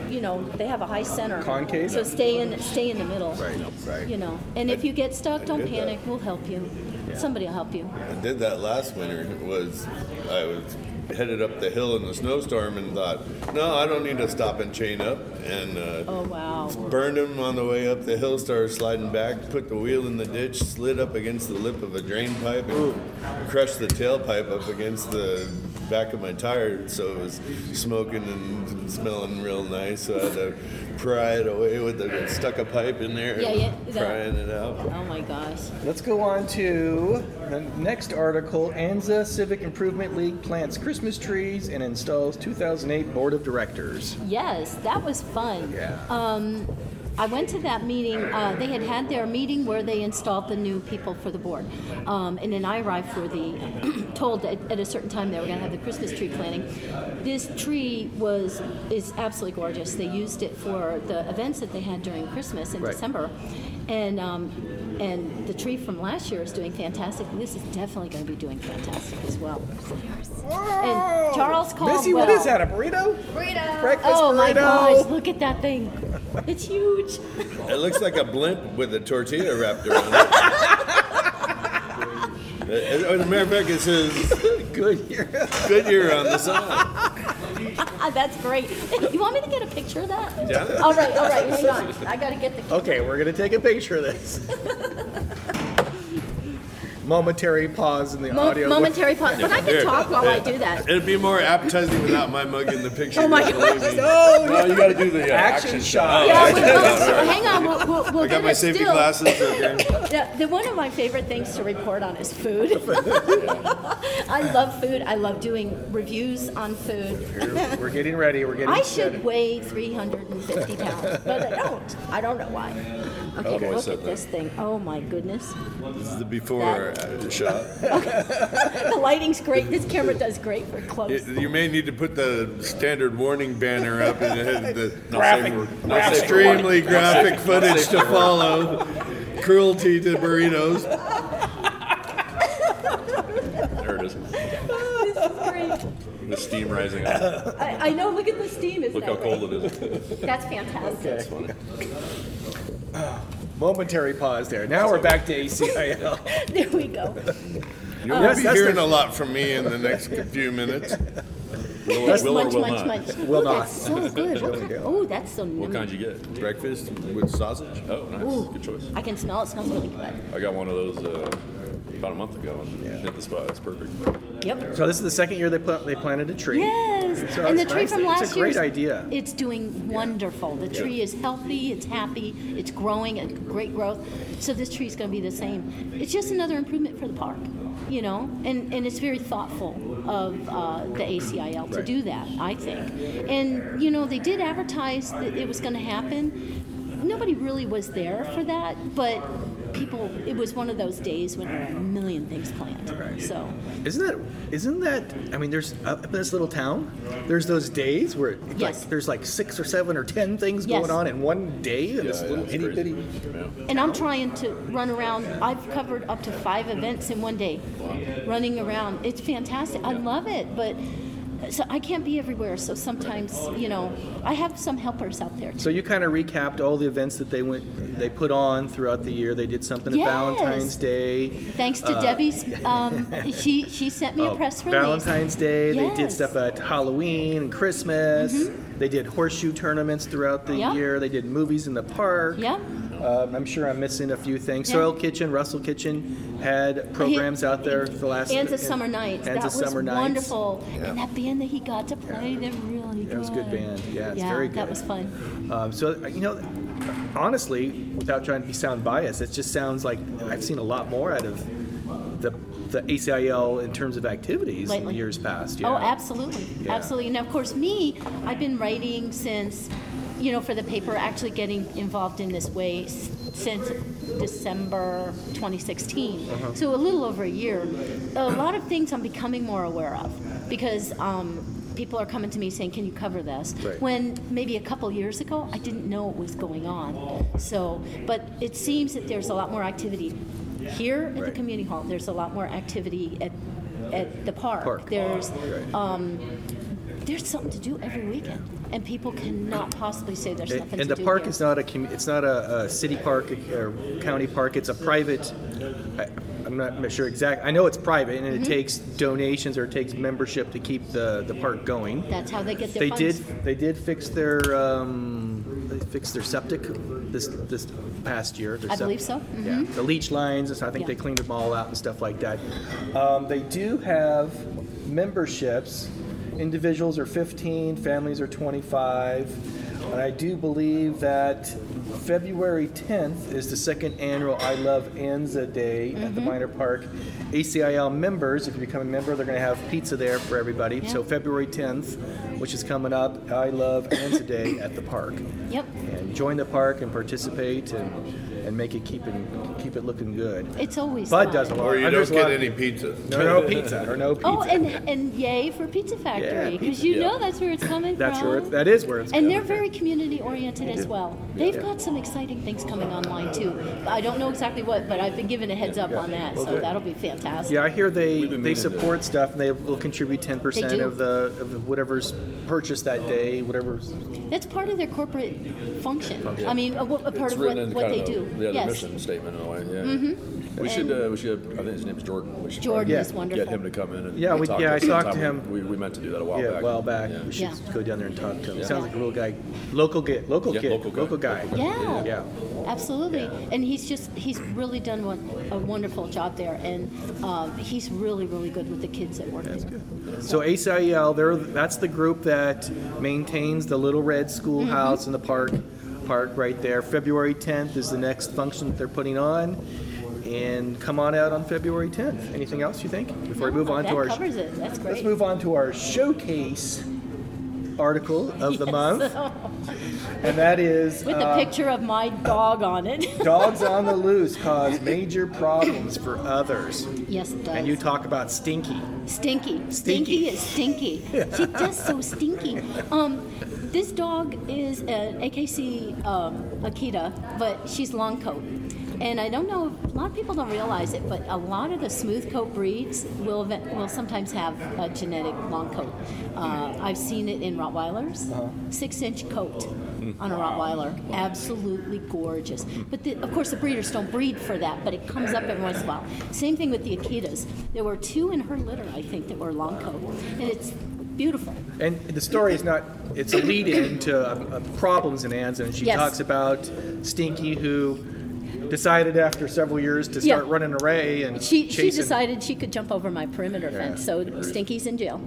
[SPEAKER 5] you know, they have a high center.
[SPEAKER 2] Concave?
[SPEAKER 5] So stay in, stay in the middle.
[SPEAKER 2] Right, right.
[SPEAKER 5] You know, and if you get stuck, don't
[SPEAKER 3] did that.
[SPEAKER 5] panic. We'll help you. Somebody will help you.
[SPEAKER 3] I did that last winter. It was I was headed up the hill in the snowstorm and thought, no, I don't need to stop and chain up. And uh,
[SPEAKER 5] Oh wow.
[SPEAKER 3] Burned him on the way up the hill, started sliding back, put the wheel in the ditch, slid up against the lip of a drain pipe, and crushed the tailpipe up against the back of my tire. So it was smoking and smelling real nice. So I had to pry it away with a stuck a pipe in there,
[SPEAKER 5] Yeah,
[SPEAKER 3] and
[SPEAKER 5] yeah, that-
[SPEAKER 3] prying it out.
[SPEAKER 5] Oh my gosh.
[SPEAKER 2] Let's go on to the next article. ANZA Civic Improvement League plants Christmas trees and installs 2008 Board of Directors.
[SPEAKER 5] Yes, that was fun.
[SPEAKER 2] Yeah.
[SPEAKER 5] I went to that meeting. Uh, they had had their meeting where they installed the new people for the board, um, and then I arrived for the <clears throat> told at, at a certain time they were going to have the Christmas tree planting. This tree was is absolutely gorgeous. They used it for the events that they had during Christmas in
[SPEAKER 2] Right.
[SPEAKER 5] December, and um, and the tree from last year is doing fantastic. This is definitely going to be doing fantastic as well. And Charles Caldwell.
[SPEAKER 2] Missy, what is that? A burrito? Burrito. Breakfast
[SPEAKER 5] Oh
[SPEAKER 2] burrito.
[SPEAKER 5] my gosh! Look at that thing. It's huge.
[SPEAKER 3] It looks like a blimp with a tortilla wrapped around it. As a matter of fact, it says
[SPEAKER 2] <laughs> Good year.
[SPEAKER 3] Goodyear on the side.
[SPEAKER 5] <laughs> Ah, That's great. You want me to get a picture of that?
[SPEAKER 3] Yeah.
[SPEAKER 5] All right, all right, hang on. I gotta get the.
[SPEAKER 2] Okay, we're gonna take a picture of
[SPEAKER 5] <laughs>
[SPEAKER 2] this. Momentary pause in the
[SPEAKER 5] Mo-
[SPEAKER 2] audio.
[SPEAKER 5] Momentary pause, but I can
[SPEAKER 3] Here.
[SPEAKER 5] talk while I do that.
[SPEAKER 3] It'd be more appetizing without my mug in the picture.
[SPEAKER 5] Oh my
[SPEAKER 3] believe me.
[SPEAKER 2] <laughs> Oh,
[SPEAKER 4] No, you got to do the uh,
[SPEAKER 2] Action
[SPEAKER 4] action,
[SPEAKER 2] shot.
[SPEAKER 4] shot.
[SPEAKER 5] Yeah, we- oh, so hang on, we'll, we'll, we'll
[SPEAKER 3] I got
[SPEAKER 5] get
[SPEAKER 3] my
[SPEAKER 5] it
[SPEAKER 3] safety
[SPEAKER 5] still.
[SPEAKER 3] glasses. Okay.
[SPEAKER 5] The, the- one of my favorite things to report on
[SPEAKER 3] <laughs>
[SPEAKER 5] is food. <laughs> I love food. I love doing reviews on food.
[SPEAKER 2] We're getting ready. We're getting.
[SPEAKER 5] I
[SPEAKER 2] set.
[SPEAKER 5] <laughs> should weigh 350 pounds, but I don't. I don't know why.
[SPEAKER 4] I've
[SPEAKER 5] Okay,
[SPEAKER 4] always
[SPEAKER 5] look
[SPEAKER 4] said
[SPEAKER 5] at
[SPEAKER 4] that.
[SPEAKER 5] this thing. Oh my goodness.
[SPEAKER 3] This is the before uh, shot.
[SPEAKER 5] The lighting's great. This camera does great for
[SPEAKER 3] You,
[SPEAKER 5] close.
[SPEAKER 3] you may need to put the standard warning banner up and the, the, the
[SPEAKER 4] Graphic- graphic
[SPEAKER 3] extremely graphic footage to follow. Cruelty to burritos.
[SPEAKER 4] There it is.
[SPEAKER 5] Oh, This is great.
[SPEAKER 4] The steam rising up.
[SPEAKER 5] I, I know. Look at the steam. Isn't
[SPEAKER 4] Look how
[SPEAKER 5] that
[SPEAKER 4] cold it is.
[SPEAKER 5] great? That's fantastic.
[SPEAKER 4] That's funny.
[SPEAKER 2] Momentary pause there. Now we're back to ACIL.
[SPEAKER 5] There we go.
[SPEAKER 3] You'll
[SPEAKER 2] Yes,
[SPEAKER 3] be
[SPEAKER 2] that's
[SPEAKER 3] hearing
[SPEAKER 2] the-
[SPEAKER 3] a lot from me in the next few minutes.
[SPEAKER 4] Will,
[SPEAKER 5] Just
[SPEAKER 4] will or
[SPEAKER 5] munch,
[SPEAKER 4] will
[SPEAKER 5] munch,
[SPEAKER 4] not?
[SPEAKER 5] munch.
[SPEAKER 2] Will
[SPEAKER 5] Oh,
[SPEAKER 2] not.
[SPEAKER 5] That's so good. What kind- Oh, that's so
[SPEAKER 4] What kind
[SPEAKER 5] yummy.
[SPEAKER 4] you get?
[SPEAKER 3] Breakfast with sausage.
[SPEAKER 4] Oh, nice.
[SPEAKER 5] Ooh.
[SPEAKER 4] Good choice.
[SPEAKER 5] I can smell it. Smells really good.
[SPEAKER 4] I got one of those uh, about a month ago and hit the spot. It's perfect.
[SPEAKER 5] Yep.
[SPEAKER 2] So this is the second year they pla- they planted a tree.
[SPEAKER 5] Yes.
[SPEAKER 2] So
[SPEAKER 5] and the
[SPEAKER 2] it's
[SPEAKER 5] tree
[SPEAKER 2] nice.
[SPEAKER 5] from
[SPEAKER 2] It's a
[SPEAKER 5] last year.
[SPEAKER 2] great idea.
[SPEAKER 5] It's doing wonderful. The tree is healthy. It's happy. It's growing at great growth. So this tree is going to be the same. It's just another improvement for the park, you know. And and it's very thoughtful of uh, the ACIL to
[SPEAKER 2] Right.
[SPEAKER 5] do that. I think. And you know they did advertise that it was going to happen. Nobody really was there for that, but people. It was one of those days when there were a million things planned. So.
[SPEAKER 2] Isn't that? Isn't that? I mean, there's up in this little town. There's those days where it-
[SPEAKER 5] Yes.
[SPEAKER 2] like, there's like six or seven or ten things
[SPEAKER 5] Yes.
[SPEAKER 2] going on in one day in this
[SPEAKER 4] Yeah,
[SPEAKER 2] little
[SPEAKER 4] it's
[SPEAKER 2] itty
[SPEAKER 4] crazy.
[SPEAKER 2] bitty.
[SPEAKER 4] Yeah.
[SPEAKER 5] And I'm trying to run around. I've covered up to five events in one day, running around. It's fantastic. I love it, but so I can't be everywhere. So sometimes, you know, I have some helpers out there. Too.
[SPEAKER 2] So you kind of recapped all the events that they went they put on throughout the year. They did something
[SPEAKER 5] Yes.
[SPEAKER 2] at Valentine's Day.
[SPEAKER 5] Thanks to
[SPEAKER 2] <laughs>
[SPEAKER 5] Debbie's, um, she she sent me a
[SPEAKER 2] Uh, Oh,
[SPEAKER 5] press release.
[SPEAKER 2] Valentine's Day. They did
[SPEAKER 5] Yes. Mm-hmm.
[SPEAKER 2] stuff at Halloween and Christmas. They did horseshoe tournaments throughout the
[SPEAKER 5] Yep.
[SPEAKER 2] year. They did movies in the park.
[SPEAKER 5] Yep.
[SPEAKER 2] Um, I'm sure I'm missing a few things.
[SPEAKER 5] Yeah.
[SPEAKER 2] Soil Kitchen, Russell Kitchen had programs out there for the last.
[SPEAKER 5] And to summer nights.
[SPEAKER 2] And
[SPEAKER 5] that
[SPEAKER 2] to
[SPEAKER 5] was
[SPEAKER 2] summer nights.
[SPEAKER 5] wonderful. And that band that he got to play, they're really good.
[SPEAKER 2] That was a good band. Yeah, it's very
[SPEAKER 5] That
[SPEAKER 2] good.
[SPEAKER 5] was fun.
[SPEAKER 2] Um, so you know, honestly, without trying to be sound biased, it just sounds like I've seen a lot more out of the the ACIL in terms of activities
[SPEAKER 5] Lately.
[SPEAKER 2] in years past. Yeah.
[SPEAKER 5] Oh, absolutely,
[SPEAKER 2] Yeah.
[SPEAKER 5] absolutely. And of course, me, I've been writing since, you know, for the paper, actually getting involved in this way s- since December 2016.
[SPEAKER 2] Uh-huh.
[SPEAKER 5] So a little over a year. A lot of things I'm becoming more aware of because. Um, People are coming to me saying, "Can you cover this?"
[SPEAKER 2] Right.
[SPEAKER 5] When maybe a couple years ago, I didn't know what was going on. So, but it seems that there's a lot more activity here at the
[SPEAKER 2] Right.
[SPEAKER 5] community hall. There's a lot more activity at at the park.
[SPEAKER 2] Park.
[SPEAKER 5] There's um,
[SPEAKER 2] Right.
[SPEAKER 5] there's something to do every weekend, and people cannot possibly say there's
[SPEAKER 2] And-
[SPEAKER 5] nothing
[SPEAKER 2] and
[SPEAKER 5] to
[SPEAKER 2] the
[SPEAKER 5] do
[SPEAKER 2] park
[SPEAKER 5] here.
[SPEAKER 2] is not a commu- it's not a, a city park or county park. It's a private. I, I'm not sure exact. I know it's private, and
[SPEAKER 5] Mm-hmm.
[SPEAKER 2] it takes donations or it takes membership to keep the, the park going.
[SPEAKER 5] That's how they get their
[SPEAKER 2] They
[SPEAKER 5] funds.
[SPEAKER 2] did. They did fix their. Um, they fixed their septic this this past year. their
[SPEAKER 5] I believe so, Mm-hmm.
[SPEAKER 2] Yeah, the leach lines. and so I think
[SPEAKER 5] Yeah.
[SPEAKER 2] they cleaned them all out and stuff like that. Um, they do have memberships. Individuals are 15. Families are 25. And I do believe that February 10th is the second annual I Love Anza Day at
[SPEAKER 5] Mm-hmm.
[SPEAKER 2] the Minor Park. ACIL members, if you become a member, they're going to have pizza there for everybody. So
[SPEAKER 5] Yeah.
[SPEAKER 2] February 10th, which is coming up, I Love Anza Day at the park
[SPEAKER 5] Yep.
[SPEAKER 2] and join the park and participate and, and make it keep it keep it looking good.
[SPEAKER 5] It's always
[SPEAKER 2] Bud
[SPEAKER 5] fun.
[SPEAKER 2] does a lot.
[SPEAKER 3] Or you
[SPEAKER 2] There's
[SPEAKER 3] don't
[SPEAKER 2] a lot
[SPEAKER 3] get
[SPEAKER 2] of-
[SPEAKER 3] any pizza.
[SPEAKER 2] No, <laughs> no pizza or no pizza.
[SPEAKER 5] Oh, and and yay for Pizza Factory because
[SPEAKER 2] pizza,
[SPEAKER 5] you
[SPEAKER 2] yeah.
[SPEAKER 5] know that's where it's coming
[SPEAKER 2] that's
[SPEAKER 5] from.
[SPEAKER 2] where it, that is where it's.
[SPEAKER 5] And
[SPEAKER 2] going.
[SPEAKER 5] they're very community oriented as well. They've got some exciting things coming online too. I don't know exactly what, but I've been given a heads up on that, so that'll be fantastic.
[SPEAKER 2] Yeah, I hear they
[SPEAKER 4] been
[SPEAKER 2] they
[SPEAKER 4] meaning to-
[SPEAKER 2] support stuff and they will contribute ten
[SPEAKER 5] They
[SPEAKER 2] percent
[SPEAKER 5] do.
[SPEAKER 2] of the of whatever's purchased that day, whatever's
[SPEAKER 5] That's part of their corporate function. I mean, a, a part
[SPEAKER 4] It's
[SPEAKER 5] of what,
[SPEAKER 4] written in
[SPEAKER 5] what
[SPEAKER 4] kind
[SPEAKER 5] they
[SPEAKER 4] of
[SPEAKER 5] do.
[SPEAKER 4] the, yeah,
[SPEAKER 5] yes.
[SPEAKER 4] the
[SPEAKER 5] Mm-hmm.
[SPEAKER 4] mission statement in a way. Yeah. We should. Uh, we should. I think his name is Jordan. We should
[SPEAKER 5] Jordan
[SPEAKER 2] Yeah.
[SPEAKER 5] is wonderful.
[SPEAKER 4] Get him to come in and
[SPEAKER 2] Yeah, we-
[SPEAKER 4] talk
[SPEAKER 2] yeah,
[SPEAKER 4] to
[SPEAKER 2] I
[SPEAKER 4] us
[SPEAKER 2] talked to
[SPEAKER 4] sometime.
[SPEAKER 2] him.
[SPEAKER 4] We, we meant to do that a while
[SPEAKER 2] yeah,
[SPEAKER 4] back.
[SPEAKER 2] a while back.
[SPEAKER 4] Yeah.
[SPEAKER 2] We should
[SPEAKER 5] Yeah.
[SPEAKER 2] go down there and talk to him.
[SPEAKER 4] Yeah.
[SPEAKER 2] Sounds
[SPEAKER 5] Yeah.
[SPEAKER 2] like a real guy, local kid, local
[SPEAKER 4] Yeah,
[SPEAKER 2] kid,
[SPEAKER 4] local guy.
[SPEAKER 2] guy.
[SPEAKER 5] Yeah.
[SPEAKER 2] Yeah.
[SPEAKER 5] Absolutely. And he's just, he's really done one, a wonderful job there. And um, he's really, really good with the kids that work there.
[SPEAKER 2] So ACIL, they're, that's the group that maintains the Little Red Schoolhouse in the park, park right there. February 10th is the next function that they're putting on, and come on out on February 10th. Anything else you think before we move on
[SPEAKER 5] that
[SPEAKER 2] to our?
[SPEAKER 5] covers it. That's great.
[SPEAKER 2] Let's move on to our showcase article of the
[SPEAKER 5] <laughs>
[SPEAKER 2] month, and that is
[SPEAKER 5] With
[SPEAKER 2] uh,
[SPEAKER 5] a picture <laughs> of my dog on it. <laughs>
[SPEAKER 2] dogs on the loose cause major problems for others.
[SPEAKER 5] yes, it does.
[SPEAKER 2] And you talk about stinky.
[SPEAKER 5] Stinky. Stinky,
[SPEAKER 2] Stinky.
[SPEAKER 5] is stinky. She's just so stinky. Um, this dog is an AKC um, Akita, but she's long coat. And I don't know, a lot of people don't realize it, but a lot of the smooth coat breeds will ve- will sometimes have a genetic long coat. Uh, I've seen it in Rottweilers, six inch coat on a Rottweiler, absolutely gorgeous. But the, of course, the breeders don't breed for that, but it comes up every once in a while. Same thing with the Akitas. There were two in her litter, I think, that were long coat, and it's beautiful.
[SPEAKER 2] And the story is not, it's a lead in to uh, uh, problems in Anza, and she
[SPEAKER 5] Yes.
[SPEAKER 2] talks about Stinky, who decided after several years to
[SPEAKER 5] Yeah.
[SPEAKER 2] start running array and
[SPEAKER 5] She, she
[SPEAKER 2] chasing.
[SPEAKER 5] decided she could jump over my perimeter fence, so Stinky's in jail.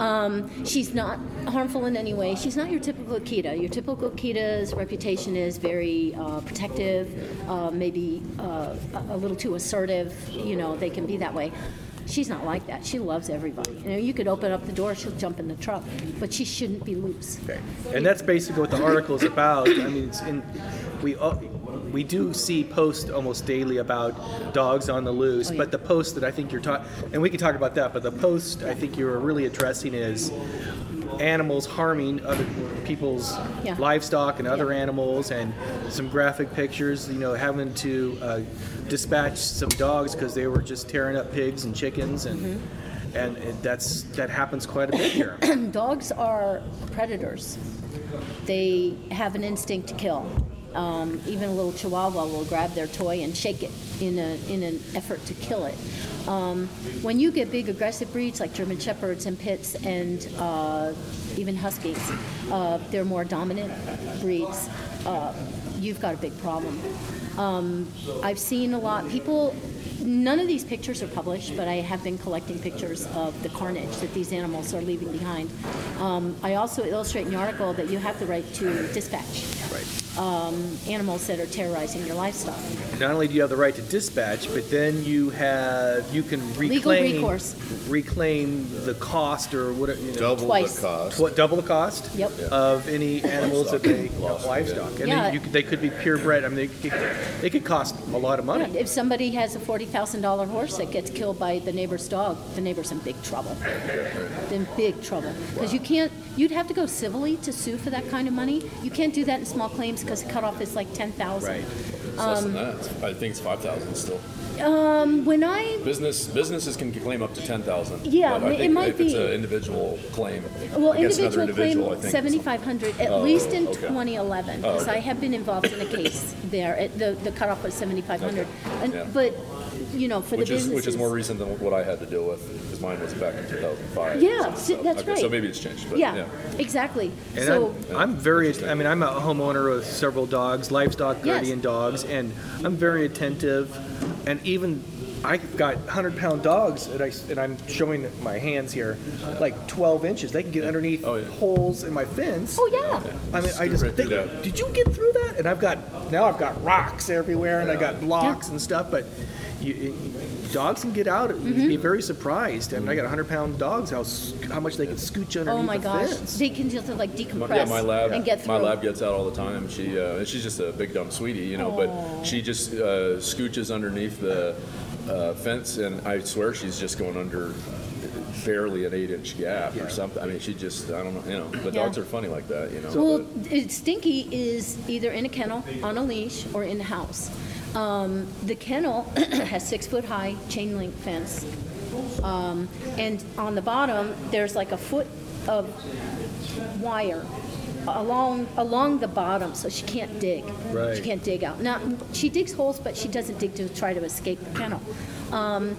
[SPEAKER 5] Um, she's not harmful in any way. She's not your typical Akita. Your typical Akita's reputation is very uh, protective, uh, maybe uh, a- a little too assertive. You know, they can be that way. She's not like that. She loves everybody. You know, you could open up the door, she'll jump in the truck, but she shouldn't be loose.
[SPEAKER 2] And that's basically what the article is about. I mean, it's in, we uh, we do see posts almost daily about dogs on the loose,
[SPEAKER 5] Oh, yeah.
[SPEAKER 2] but the post that I think you're talking, and we can talk about that, but the post I think you're really addressing is animals harming other people's
[SPEAKER 5] Yeah.
[SPEAKER 2] livestock and other
[SPEAKER 5] Yeah.
[SPEAKER 2] animals, and some graphic pictures. You know, having to uh, dispatch some dogs because they were just tearing up pigs and chickens and.
[SPEAKER 5] Mm-hmm.
[SPEAKER 2] And it, that's that happens quite a bit here.
[SPEAKER 5] dogs are predators. They have an instinct to kill. Um, even a little chihuahua will grab their toy and shake it in, a, in an effort to kill it. Um, when you get big aggressive breeds like German Shepherds and Pits and uh, even Huskies, uh, they're more dominant breeds. Uh, you've got a big problem. Um, I've seen a lot. People, none of these pictures are published, but I have been collecting pictures of the carnage that these animals are leaving behind. Um, I also illustrate in the article that you have the right to dispatch um, animals that are terrorizing your livestock.
[SPEAKER 2] not only do you have the right to dispatch, but then you have you can reclaim
[SPEAKER 5] recourse.
[SPEAKER 2] reclaim the cost or what you know,
[SPEAKER 3] Double
[SPEAKER 5] Twice.
[SPEAKER 3] the cost.
[SPEAKER 2] tw- double the cost
[SPEAKER 5] Yep.
[SPEAKER 2] of any animals that they
[SPEAKER 3] Lost,
[SPEAKER 2] livestock, and
[SPEAKER 5] Yeah.
[SPEAKER 2] they, you, could- they could be purebred. I mean, they could, they could cost a lot of money.
[SPEAKER 5] Yeah, if somebody has a forty thousand dollar horse that gets killed by the neighbor's dog, the neighbor's in big trouble. They're In big trouble because you can't. You'd have to go civilly to sue for that kind of money. You can't do that in small claims because the cutoff is like ten thousand.
[SPEAKER 2] Right.
[SPEAKER 4] It's less than that. It's- I think it's five thousand still.
[SPEAKER 5] Um, when I
[SPEAKER 4] Business businesses can claim up to ten thousand.
[SPEAKER 5] Yeah,
[SPEAKER 4] but I
[SPEAKER 5] it
[SPEAKER 4] think
[SPEAKER 5] might
[SPEAKER 4] if it's
[SPEAKER 5] be.
[SPEAKER 4] an individual claim
[SPEAKER 5] Well,
[SPEAKER 4] against another
[SPEAKER 5] individual
[SPEAKER 4] individual, I
[SPEAKER 5] claim
[SPEAKER 4] think Oh,
[SPEAKER 5] seventy-five hundred, at least in
[SPEAKER 4] okay. Oh,
[SPEAKER 5] twenty eleven, because I have been involved in a
[SPEAKER 4] <laughs>
[SPEAKER 5] case there, It- the, the cutoff was seventy-five hundred.
[SPEAKER 4] yeah.
[SPEAKER 5] And, but, you know, for the
[SPEAKER 4] Which is,
[SPEAKER 5] businesses.
[SPEAKER 4] which is more recent than what I had to deal with, because mine was back in 2005.
[SPEAKER 5] Yeah,
[SPEAKER 4] So-
[SPEAKER 5] si- that's
[SPEAKER 4] okay,
[SPEAKER 5] right.
[SPEAKER 4] So maybe it's changed, but yeah.
[SPEAKER 5] Yeah, exactly.
[SPEAKER 2] And
[SPEAKER 5] So,
[SPEAKER 2] I'm, I'm very, I mean, I'm a homeowner of several dogs, livestock
[SPEAKER 5] Yes.
[SPEAKER 2] guardian dogs, and I'm very attentive. And even I've got 100 pound dogs, and, I, s- and I'm showing my hands here, like 12 inches. They can get underneath
[SPEAKER 4] Oh, yeah.
[SPEAKER 2] holes in my fence.
[SPEAKER 5] oh, yeah,
[SPEAKER 2] I mean, I
[SPEAKER 4] Scoot
[SPEAKER 2] just
[SPEAKER 4] right
[SPEAKER 2] think,
[SPEAKER 4] through that.
[SPEAKER 2] did you get through that? And I've got now I've got rocks everywhere, and I got blocks and stuff. But you, you- dogs can get out. You'd
[SPEAKER 5] Mm-hmm.
[SPEAKER 2] be very surprised. I mean, I got 100 pound dogs. How s- how much they can scooch underneath
[SPEAKER 5] oh my
[SPEAKER 2] the
[SPEAKER 5] gosh,
[SPEAKER 2] fence.
[SPEAKER 5] they can just like
[SPEAKER 4] My- Yeah, my
[SPEAKER 5] decompress
[SPEAKER 4] lab,
[SPEAKER 5] and get
[SPEAKER 4] my lab
[SPEAKER 5] through.
[SPEAKER 4] gets out all the time. She, uh, and she's just a big dumb sweetie, you know. But she just uh, scooches underneath the uh, fence, and I swear she's just going under uh, barely an eight-inch gap or something. I mean, she just, I don't know, you know. But
[SPEAKER 5] Yeah.
[SPEAKER 4] dogs are funny like that, you know.
[SPEAKER 5] Well, it- Stinky is either in a kennel, on a leash, or in the house. Um, the kennel <coughs> has six-foot-high chain link fence. Um, and on the bottom there's like a foot of wire along along the bottom so she can't dig
[SPEAKER 2] Right.
[SPEAKER 5] she can't dig out now she digs holes but she doesn't dig to try to escape the kennel um,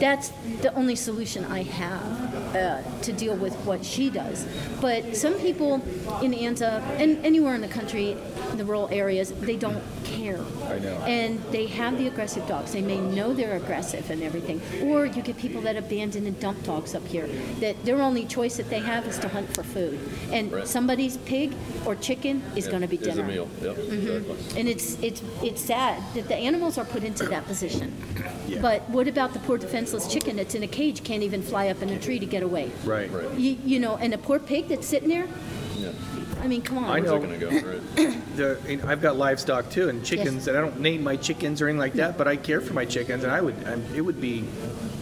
[SPEAKER 5] that's the only solution I have uh, to deal with what she does. But some people in ANZA and anywhere in the country, the rural areas, they don't care. I know. And they have the aggressive dogs. They may know they're aggressive and everything. Or you get people that abandon and dump dogs up here. That their only choice that they have is to hunt for food. And
[SPEAKER 4] Right.
[SPEAKER 5] somebody's pig or chicken is going to be
[SPEAKER 4] It's
[SPEAKER 5] dinner. Mm-hmm.
[SPEAKER 4] a meal. Yep. exactly.
[SPEAKER 5] And it's it's it's sad that the animals are put into that position. But what about the poor defenseless chicken that's in a cage can't even fly up in a tree to get away?
[SPEAKER 2] Right.
[SPEAKER 4] Right.
[SPEAKER 5] You, you know, and a poor pig that's sitting there.
[SPEAKER 4] Yeah.
[SPEAKER 5] I mean, come on.
[SPEAKER 2] I
[SPEAKER 4] Where's
[SPEAKER 2] know.
[SPEAKER 4] it gonna go? Right.
[SPEAKER 2] the, and I've got livestock too, and chickens, and I don't name my chickens or anything like that, but I care for my chickens, and I would, i it would be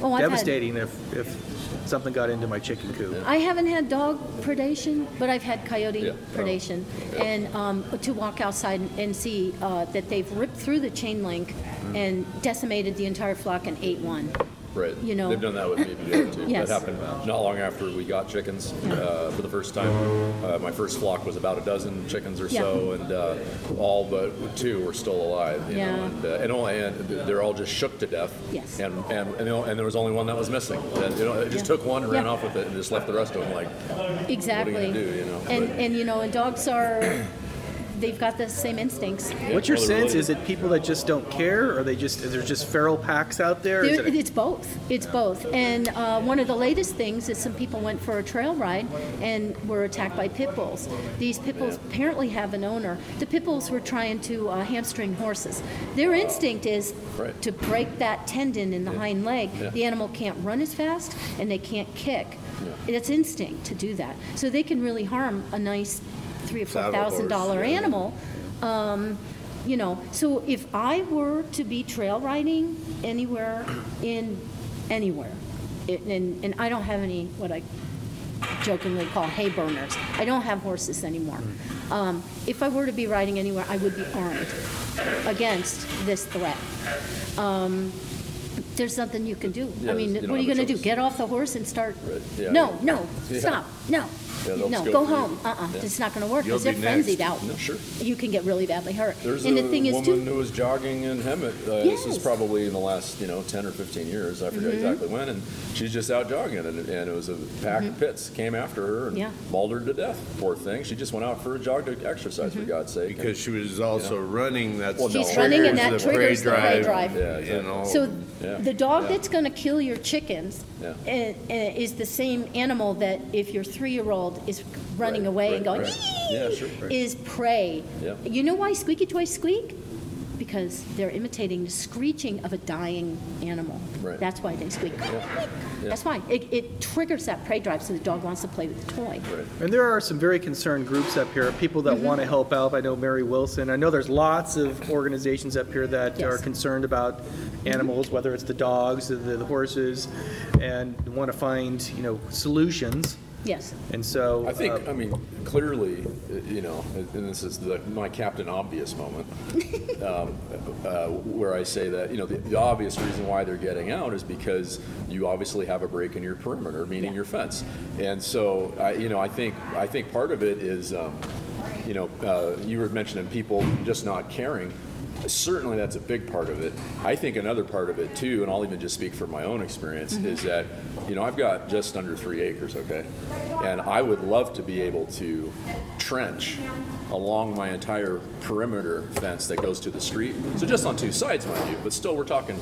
[SPEAKER 5] Oh, I've had-
[SPEAKER 2] devastating if, if something got into my chicken coop.
[SPEAKER 5] I haven't had dog predation, but I've had coyote
[SPEAKER 4] Yeah.
[SPEAKER 5] predation, and um, to walk outside and- and see
[SPEAKER 4] Mm-hmm.
[SPEAKER 5] uh, that they've ripped through the chain link and decimated the entire flock and ate one.
[SPEAKER 4] Right.
[SPEAKER 5] You know.
[SPEAKER 4] They've done that with me before
[SPEAKER 5] <laughs>
[SPEAKER 4] too.
[SPEAKER 5] Yes.
[SPEAKER 4] That happened not long after we got chickens uh, for the first time. Uh, my first flock was about a dozen chickens or so, and uh, all but two were still alive. You
[SPEAKER 5] Yeah.
[SPEAKER 4] know, and, uh, and, all, and they're all just shook to death.
[SPEAKER 5] Yes.
[SPEAKER 4] And and, and, you know, and there was only one that was missing. That, you know, it just
[SPEAKER 5] Yeah.
[SPEAKER 4] took one, ran
[SPEAKER 5] Yeah.
[SPEAKER 4] off with it, and just left the rest of them like.
[SPEAKER 5] Exactly.
[SPEAKER 4] do, you know?
[SPEAKER 5] And
[SPEAKER 4] But-
[SPEAKER 5] and you know, and dogs are they've got the same instincts.
[SPEAKER 2] What's your
[SPEAKER 4] Well, they're
[SPEAKER 2] sense?
[SPEAKER 4] related.
[SPEAKER 2] Is it people that just don't care, or are they just is there just feral packs out there? Is
[SPEAKER 5] There-
[SPEAKER 2] it-
[SPEAKER 5] it's both. It's both. And uh, one of the latest things is some people went for a trail ride and were attacked by pit bulls. These pit bulls apparently have an owner. The pit bulls were trying to uh, hamstring horses. Their instinct is
[SPEAKER 4] Right.
[SPEAKER 5] to break that tendon in the hind leg. The animal can't run as fast and they can't kick. It's instinct to do that. So they can really harm a nice three or four
[SPEAKER 3] Saddle
[SPEAKER 5] thousand dollar
[SPEAKER 3] horse, yeah.
[SPEAKER 5] animal um, you know, so if I were to be trail riding anywhere in anywhere, it, and and I don't have any what I jokingly call hay burners. I don't have horses anymore.
[SPEAKER 4] Mm.
[SPEAKER 5] Um, if I were to be riding anywhere, I would be armed against this threat. Um, there's nothing you can do.
[SPEAKER 4] Yeah,
[SPEAKER 5] I mean,
[SPEAKER 4] you don't
[SPEAKER 5] what are you
[SPEAKER 4] have a
[SPEAKER 5] going to do?
[SPEAKER 4] choice.
[SPEAKER 5] Get off the horse and start?
[SPEAKER 4] yeah.
[SPEAKER 5] no, no,
[SPEAKER 4] <laughs> Yeah.
[SPEAKER 5] stop, no,
[SPEAKER 4] Yeah, they'll
[SPEAKER 5] no,
[SPEAKER 4] just go
[SPEAKER 5] go
[SPEAKER 4] for you.
[SPEAKER 5] home. Uh-uh,
[SPEAKER 4] Yeah.
[SPEAKER 5] it's not going to work
[SPEAKER 4] You'll
[SPEAKER 5] because they're
[SPEAKER 4] be
[SPEAKER 5] frenzied
[SPEAKER 4] next.
[SPEAKER 5] out.
[SPEAKER 4] No, sure.
[SPEAKER 5] You can get really badly hurt.
[SPEAKER 4] There's
[SPEAKER 5] and
[SPEAKER 4] a
[SPEAKER 5] the thing is,
[SPEAKER 4] woman
[SPEAKER 5] too,
[SPEAKER 4] who was jogging in Hemet. Uh, This
[SPEAKER 5] Yes. Mm-hmm.
[SPEAKER 4] is probably in the last, you know, 10 or 15 years. I forget exactly when. And she's just out jogging, and, and it was a pack of pits came after her
[SPEAKER 5] Mm-hmm.
[SPEAKER 4] and
[SPEAKER 5] Yeah.
[SPEAKER 4] mauled her to death. Poor thing. She just went out for a jog to exercise,
[SPEAKER 5] Mm-hmm.
[SPEAKER 4] for God's sake.
[SPEAKER 3] Because she was also running. That's
[SPEAKER 4] Well, She's
[SPEAKER 3] what
[SPEAKER 5] running and
[SPEAKER 3] triggers
[SPEAKER 5] that triggers the prey drive.
[SPEAKER 4] Yeah,
[SPEAKER 3] And all.
[SPEAKER 5] So
[SPEAKER 4] Yeah.
[SPEAKER 5] the dog
[SPEAKER 4] Yeah.
[SPEAKER 5] that's going to kill your chickens
[SPEAKER 4] Yeah.
[SPEAKER 5] eh, eh, is the same animal that if your three-year-old is running
[SPEAKER 4] Right,
[SPEAKER 5] away and
[SPEAKER 4] right,
[SPEAKER 5] going,
[SPEAKER 4] right. Yeah, sure,
[SPEAKER 5] "Ee!"
[SPEAKER 4] right.
[SPEAKER 5] is prey.
[SPEAKER 4] Yeah.
[SPEAKER 5] You know why squeaky toys squeak? Because they're imitating the screeching of a dying animal.
[SPEAKER 4] Right.
[SPEAKER 5] That's why they squeak.
[SPEAKER 4] Yeah.
[SPEAKER 5] That's why. It, it triggers that prey drive, so the dog wants to play with the toy.
[SPEAKER 4] Right.
[SPEAKER 2] And there are some very concerned groups up here, people
[SPEAKER 5] Mm-hmm.
[SPEAKER 2] that want to help out. I know Mary Wilson. I know there's lots of organizations up here that
[SPEAKER 5] Yes.
[SPEAKER 2] are concerned about animals, whether it's the dogs or the, the horses, and want to find you know solutions.
[SPEAKER 5] Yes.
[SPEAKER 2] And so
[SPEAKER 4] I think,
[SPEAKER 2] uh,
[SPEAKER 4] I mean, clearly, uh, you know, and this is the, my Captain Obvious moment, um, uh, where I say that, you know, the, the obvious reason why they're getting out is because you obviously have a break in your perimeter, meaning
[SPEAKER 5] Yeah.
[SPEAKER 4] your fence. And so, I, you know, I think, I think part of it is, um, you know, uh, you were mentioning people just not caring. Certainly, that's a big part of it. I think another part of it too, and I'll even just speak from my own experience, is that you know I've got just under three acres, okay, and I would love to be able to trench along my entire perimeter fence that goes to the street. So just on two sides, mind you, but still we're talking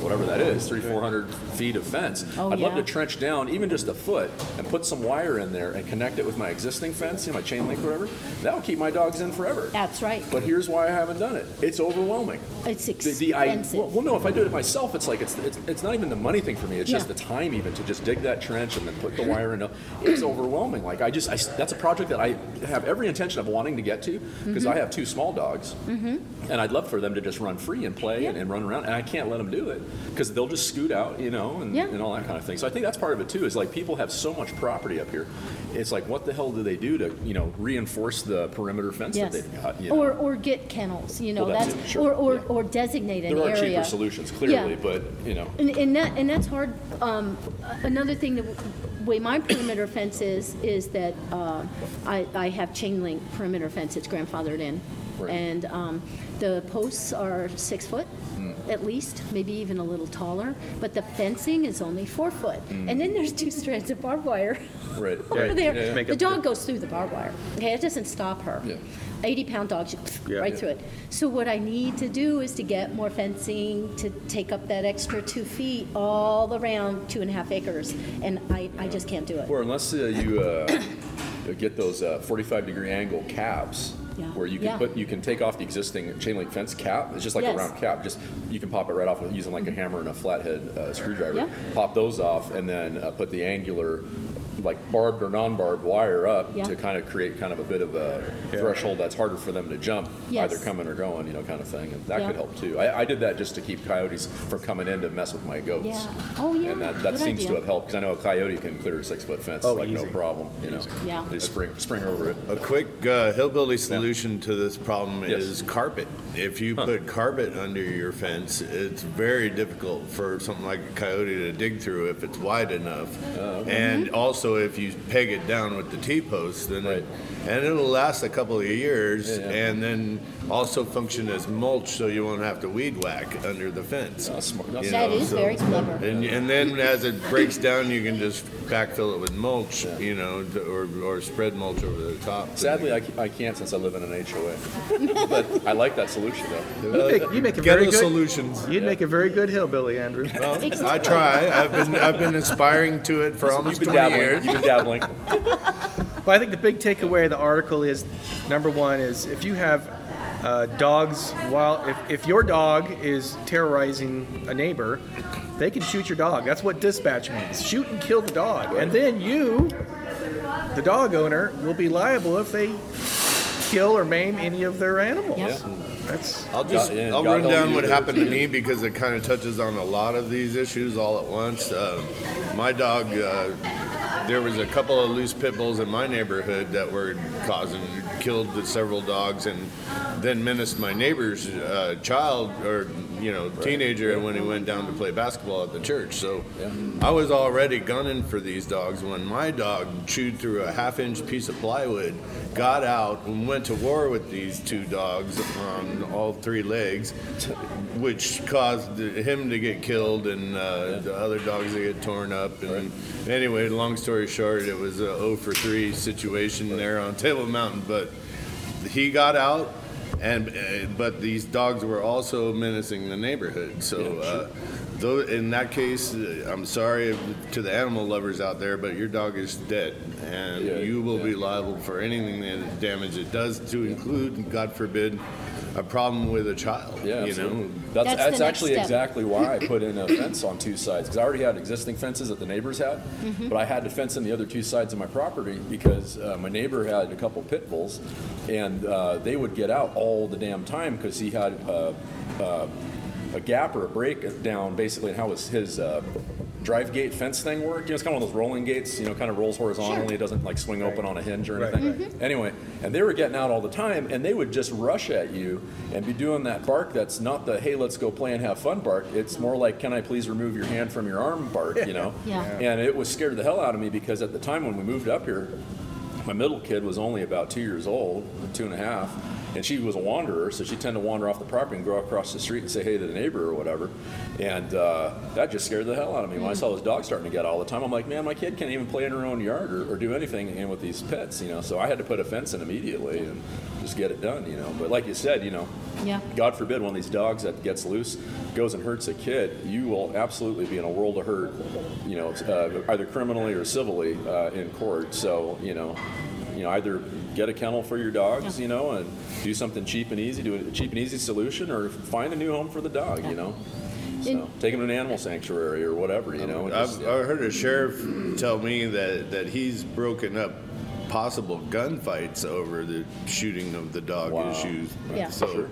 [SPEAKER 4] whatever that is, three, four hundred feet of fence.
[SPEAKER 5] Oh,
[SPEAKER 4] I'd love
[SPEAKER 5] yeah.
[SPEAKER 4] to trench down even just a foot and put some wire in there and connect it with my existing fence, you know, my chain link, whatever. That'll keep my dogs in forever.
[SPEAKER 5] That's right.
[SPEAKER 4] But here's why I haven't done it. It's overwhelming.
[SPEAKER 5] It's
[SPEAKER 4] The, the I,
[SPEAKER 5] expensive.
[SPEAKER 4] well, well, no, if I do it myself, it's like, it's, it's, it's not even the money thing for me. It's just
[SPEAKER 5] Yeah.
[SPEAKER 4] the time even to just dig that trench and then put the wire in. It's overwhelming. Like I just, I s that's a project that I have every intention of wanting to get to because
[SPEAKER 5] Mm-hmm.
[SPEAKER 4] I have two small dogs and I'd love for them to just run free and play and,
[SPEAKER 5] Yeah.
[SPEAKER 4] and run around. And I can't let them do it because they'll just scoot out, you know, and,
[SPEAKER 5] Yeah.
[SPEAKER 4] and all that kind of thing. So I think that's part of it too. Is like people have so much property up here. It's like, what the hell do they do to, you know, reinforce the perimeter fence
[SPEAKER 5] Yes.
[SPEAKER 4] that they've got? You know?
[SPEAKER 5] Or, or get kennels, you know,
[SPEAKER 4] Well, that's
[SPEAKER 5] that's,
[SPEAKER 4] it,
[SPEAKER 5] or,
[SPEAKER 4] sure,
[SPEAKER 5] or,
[SPEAKER 4] yeah.
[SPEAKER 5] or designate an
[SPEAKER 4] there are
[SPEAKER 5] area.
[SPEAKER 4] cheaper solutions, clearly, but you know.
[SPEAKER 5] And, and that, and that's hard, um, a- another thing that, w- way my perimeter fence is, is that, uh, I, I have chain link perimeter fence, it's grandfathered in.
[SPEAKER 4] Right.
[SPEAKER 5] And, um, the posts are six foot,
[SPEAKER 4] Hmm.
[SPEAKER 5] at least, maybe even a little taller, but the fencing is only four foot.
[SPEAKER 4] Hmm.
[SPEAKER 5] And then there's two strands of barbed wire
[SPEAKER 4] Right,
[SPEAKER 5] over
[SPEAKER 4] right, yeah,
[SPEAKER 5] there.
[SPEAKER 4] yeah.
[SPEAKER 5] The dog goes through the barbed wire, okay, it doesn't stop her.
[SPEAKER 4] Yeah.
[SPEAKER 5] Eighty pound dog, she-
[SPEAKER 2] Yeah.
[SPEAKER 5] right through it. So what I need to do is to get more fencing to take up that extra two feet all around two and a half acres, and I, I just can't do it.
[SPEAKER 4] Or unless uh, you uh, get those uh, 45 degree angle caps.
[SPEAKER 5] Yeah.
[SPEAKER 4] Where you can
[SPEAKER 5] Yeah.
[SPEAKER 4] put, you can take off the existing chain link fence cap. It's just like
[SPEAKER 5] Yes. Mm-hmm.
[SPEAKER 4] a round cap. Just you can pop it right off with using like a hammer and a flathead uh, screwdriver.
[SPEAKER 5] Yeah.
[SPEAKER 4] Pop those off and then uh, put the angular like barbed or non-barbed wire up
[SPEAKER 5] Yeah.
[SPEAKER 4] to kind of create kind of a bit of a threshold that's harder for them to jump,
[SPEAKER 5] Yes.
[SPEAKER 4] either coming or going, you know, kind of thing. And that
[SPEAKER 5] Yeah.
[SPEAKER 4] could help too. I, I did that just to keep coyotes from coming in to mess with my goats.
[SPEAKER 5] Yeah. Oh, yeah.
[SPEAKER 4] And that,
[SPEAKER 5] Good
[SPEAKER 4] that seems
[SPEAKER 5] idea.
[SPEAKER 4] to have helped because I know a coyote can clear a six-foot fence
[SPEAKER 2] Oh,
[SPEAKER 4] like
[SPEAKER 2] easy.
[SPEAKER 4] no problem. You know,
[SPEAKER 5] Yeah.
[SPEAKER 4] they spring spring over it.
[SPEAKER 3] A quick uh, hillbilly solution to this problem is carpet. If you put carpet under your fence, it's very difficult for something like a coyote to dig through if it's wide enough.
[SPEAKER 4] Uh,
[SPEAKER 3] And also, if you peg it down with the T post, then it, and it'll last a couple of years, and then also function as mulch, so you won't have to weed whack under the fence.
[SPEAKER 4] That's smart. That's
[SPEAKER 3] You
[SPEAKER 5] That
[SPEAKER 3] know,
[SPEAKER 5] is
[SPEAKER 3] so-
[SPEAKER 5] very clever.
[SPEAKER 3] and, and then as it breaks down, you can just backfill it with mulch, you know, to- or, or spread mulch over the top.
[SPEAKER 4] Sadly, I, ca- I can't since I live in an HOA.
[SPEAKER 5] <laughs>
[SPEAKER 4] but I like that solution though.
[SPEAKER 2] You make, you make a
[SPEAKER 3] Ghetto
[SPEAKER 2] very good.
[SPEAKER 3] solutions.
[SPEAKER 2] You'd make a very good hillbilly, Andrew.
[SPEAKER 3] I try. I've been I've been aspiring to it for almost
[SPEAKER 4] You've
[SPEAKER 3] 20
[SPEAKER 4] been dabbling.
[SPEAKER 3] years.
[SPEAKER 4] You've been
[SPEAKER 3] <laughs>
[SPEAKER 4] dabbling.
[SPEAKER 2] Well, I think the big takeaway of the article is number one is if you have uh, dogs, while if, if your dog is terrorizing a neighbor, they can shoot your dog. That's what dispatch means shoot and kill the dog. And then you, the dog owner, will be liable if they kill or maim any of their animals.
[SPEAKER 5] Yeah.
[SPEAKER 2] That's
[SPEAKER 3] I'll just
[SPEAKER 4] Yeah,
[SPEAKER 3] I'll
[SPEAKER 4] God
[SPEAKER 3] run
[SPEAKER 4] help
[SPEAKER 3] down
[SPEAKER 4] you.
[SPEAKER 3] what happened to me because it kind of touches on a lot of these issues all at once. Uh, my dog, uh, there was a couple of loose pit bulls in my neighborhood that were causing killed the several dogs and then menaced my neighbor's uh, child or you know teenager when he went down to play basketball at the church. So I was already gunning for these dogs when my dog chewed through a half-inch piece of plywood, got out and went to war with these two dogs on all three legs, which caused him to get killed and uh, the other dogs to get torn up. And anyway, long story short, it was a 0 for 3 situation there on Table Mountain, but he got out and uh, but these dogs were also menacing the neighborhood so uh, though in that case uh, i'm sorry to the animal lovers out there but your dog is dead and
[SPEAKER 4] Yeah,
[SPEAKER 3] you will be liable for anything that damage it does to include god forbid a problem with a child
[SPEAKER 4] Yeah,
[SPEAKER 3] you
[SPEAKER 4] absolutely.
[SPEAKER 3] know
[SPEAKER 4] That's,
[SPEAKER 5] That's the
[SPEAKER 4] that's
[SPEAKER 5] next
[SPEAKER 4] actually
[SPEAKER 5] step.
[SPEAKER 4] exactly why I
[SPEAKER 5] <laughs>
[SPEAKER 4] put in a fence on two sides because I already had existing fences that the neighbors had,
[SPEAKER 5] Mm-hmm.
[SPEAKER 4] but I had to fence in the other two sides of my property because uh, my neighbor had a couple pit bulls, and uh, they would get out all the damn time because he had uh, uh, a gap or a break down basically in how his, his uh, drive gate fence thing worked. You know, it's kind of one of those rolling gates. You know, kind of rolls horizontally. It doesn't like swing open on a hinge or
[SPEAKER 2] Right.
[SPEAKER 4] anything. Anyway, and they were getting out all the time, and they would just rush at you and be doing that bark that's not the "Hey, let's go play and have fun" bark. It's more like "Can I please remove your hand from your arm?" bark.
[SPEAKER 2] <laughs>
[SPEAKER 4] You know.
[SPEAKER 5] Yeah.
[SPEAKER 4] And it was scared the hell out of me because at the time when we moved up here, my middle kid was only about two years old, two and a half, and she was a wanderer, so she'd tend to wander off the property and go across the street and say hey to the neighbor or whatever. And uh, that just scared the hell out of me. When I saw this dog starting to get all the time, I'm like, man, my kid can't even play in her own yard or, or do anything in with these pets, you know. So I had to put a fence in immediately and just get it done, you know. But like you said, you know,
[SPEAKER 5] Yeah.
[SPEAKER 4] God forbid one of these dogs that gets loose goes and hurts a kid, you will absolutely be in a world of hurt, you know, uh, either criminally or civilly uh, in court. So, you know, you know, either get a kennel for your dogs,
[SPEAKER 5] Yeah.
[SPEAKER 4] you know, and do something cheap and easy, do a cheap and easy solution, or find a new home for the dog, you know. So,
[SPEAKER 5] And-
[SPEAKER 4] take him to an animal sanctuary or whatever, you know. and just-
[SPEAKER 3] I've, I heard a sheriff tell me that, that he's broken up possible gunfights over the shooting of the dog
[SPEAKER 4] Wow.
[SPEAKER 3] issues.
[SPEAKER 5] Yeah.
[SPEAKER 3] So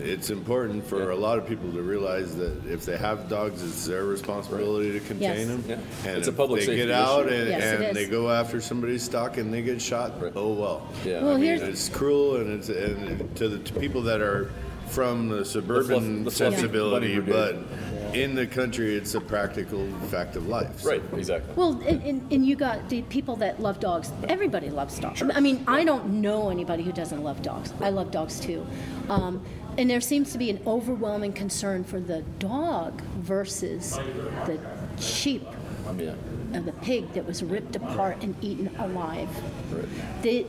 [SPEAKER 3] it's important for a lot of people to realize that if they have dogs, it's their responsibility to contain
[SPEAKER 5] Yes.
[SPEAKER 3] them.
[SPEAKER 4] Yeah.
[SPEAKER 3] And
[SPEAKER 4] It's a
[SPEAKER 3] if
[SPEAKER 4] public
[SPEAKER 3] they
[SPEAKER 4] safety
[SPEAKER 3] get out
[SPEAKER 4] issue.
[SPEAKER 3] and,
[SPEAKER 5] Yes, it
[SPEAKER 3] and they
[SPEAKER 5] is.
[SPEAKER 3] go after somebody's stock and they get shot,
[SPEAKER 4] Right.
[SPEAKER 3] oh well.
[SPEAKER 4] Yeah,
[SPEAKER 5] Well,
[SPEAKER 4] I mean,
[SPEAKER 5] here's-
[SPEAKER 3] It's cruel and it's and to the to people that are from the suburban
[SPEAKER 4] the fluffy
[SPEAKER 3] sensibility,
[SPEAKER 4] bunny
[SPEAKER 3] but
[SPEAKER 4] brigade.
[SPEAKER 3] in the country, it's a practical fact of life. so.
[SPEAKER 4] right, exactly.
[SPEAKER 5] Well, and, and, and you got the people that love dogs. Everybody loves dogs. I mean, I don't know anybody who doesn't love dogs. I love dogs too. Um, and there seems to be an overwhelming concern for the dog versus the sheep
[SPEAKER 4] I mean,
[SPEAKER 5] and the pig that was ripped apart and eaten alive.
[SPEAKER 4] yeah, right.
[SPEAKER 5] They,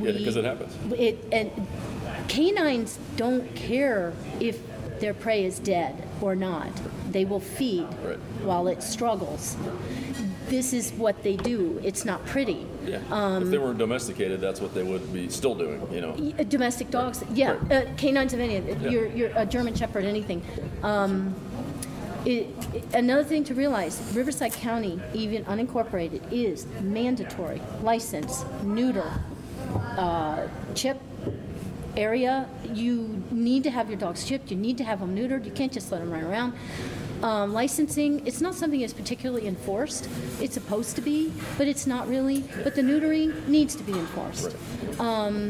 [SPEAKER 4] Yeah, 'cause it happens.
[SPEAKER 5] It, and canines don't care if their prey is dead or not. They will feed
[SPEAKER 4] Right.
[SPEAKER 5] while it struggles. This is what they do. It's not pretty.
[SPEAKER 4] Yeah. if
[SPEAKER 5] um
[SPEAKER 4] they weren't domesticated, that's what they would be still doing, you know.
[SPEAKER 5] Y- Domestic dogs, yeah,
[SPEAKER 4] Right.
[SPEAKER 5] uh, canines of any, your, your a German Shepherd, anything. Um, it, another thing to realize, Riverside County, even unincorporated, is mandatory license, neuter, uh, chip area. You need to have your dogs chipped, you need to have them neutered, you can't just let them run around. Um, licensing, it's not something that's particularly enforced. It's supposed to be, but it's not really. But the neutering needs to be enforced Um,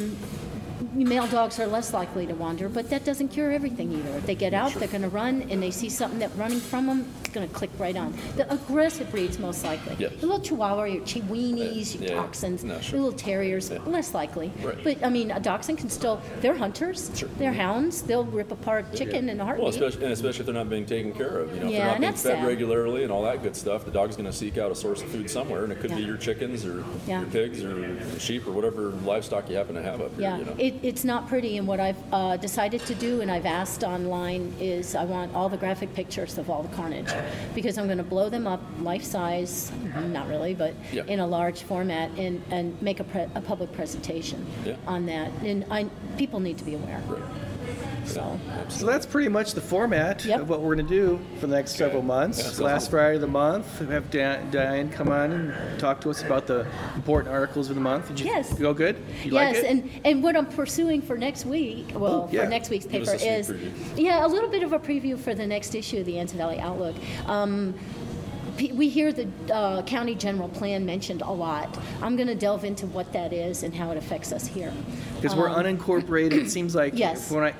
[SPEAKER 5] male dogs are less likely to wander, but that doesn't cure everything either. If they get out, they're going to run, and they see something that running from them, it's going to click right on. The aggressive breeds most likely.
[SPEAKER 4] Yes.
[SPEAKER 5] The little Chihuahua, your Chihuahuas, your
[SPEAKER 4] Yeah, yeah.
[SPEAKER 5] dachshunds,
[SPEAKER 4] No, sure.
[SPEAKER 5] your little terriers, less likely.
[SPEAKER 4] Right.
[SPEAKER 5] But I mean, a dachshund can still. They're hunters.
[SPEAKER 4] Sure.
[SPEAKER 5] They're hounds. They'll rip apart chicken in a heartbeat.
[SPEAKER 4] Well, especially, and especially if they're not being taken care of, you know,
[SPEAKER 5] Yeah,
[SPEAKER 4] if they're not
[SPEAKER 5] and
[SPEAKER 4] being
[SPEAKER 5] that's
[SPEAKER 4] fed
[SPEAKER 5] sad.
[SPEAKER 4] regularly and all that good stuff, the dog's going to seek out a source of food somewhere, and it could be
[SPEAKER 5] Yeah.
[SPEAKER 4] your chickens or
[SPEAKER 5] Yeah.
[SPEAKER 4] your pigs or sheep or whatever livestock you happen to have up here.
[SPEAKER 5] Yeah,
[SPEAKER 4] you know.
[SPEAKER 5] it, it's not pretty, and what I've uh, decided to do, and I've asked online, is I want all the graphic pictures of all the carnage, because I'm going to blow them up life-size, not really, but
[SPEAKER 4] Mm-hmm. Yeah.
[SPEAKER 5] in a large format, and, and make a, pre- a public presentation
[SPEAKER 4] Yeah.
[SPEAKER 5] on that, and I, people need to be aware.
[SPEAKER 4] Right.
[SPEAKER 5] So,
[SPEAKER 2] So that's pretty much the format
[SPEAKER 5] Yep.
[SPEAKER 2] of what we're going to do for the next several months.
[SPEAKER 4] That's
[SPEAKER 2] Last
[SPEAKER 4] awesome.
[SPEAKER 2] Friday of the month, we have Di- Diane come on and talk to us about the important articles of the month. Did you
[SPEAKER 5] Yes.
[SPEAKER 2] go good? You like
[SPEAKER 5] yes,
[SPEAKER 2] it?
[SPEAKER 5] and, and what I'm pursuing for next week, well,
[SPEAKER 2] yeah.
[SPEAKER 5] for next week's
[SPEAKER 4] Give us
[SPEAKER 5] paper
[SPEAKER 4] a sneak
[SPEAKER 5] is,
[SPEAKER 4] preview.
[SPEAKER 5] yeah, a little bit of a preview for the next issue of the Anza Valley Outlook. Um, pe- we hear the uh, county general plan mentioned a lot. I'm going to delve into what that is and how it affects us here.
[SPEAKER 2] Because we're unincorporated, it seems like
[SPEAKER 5] um, <clears throat> Yes.
[SPEAKER 2] when I,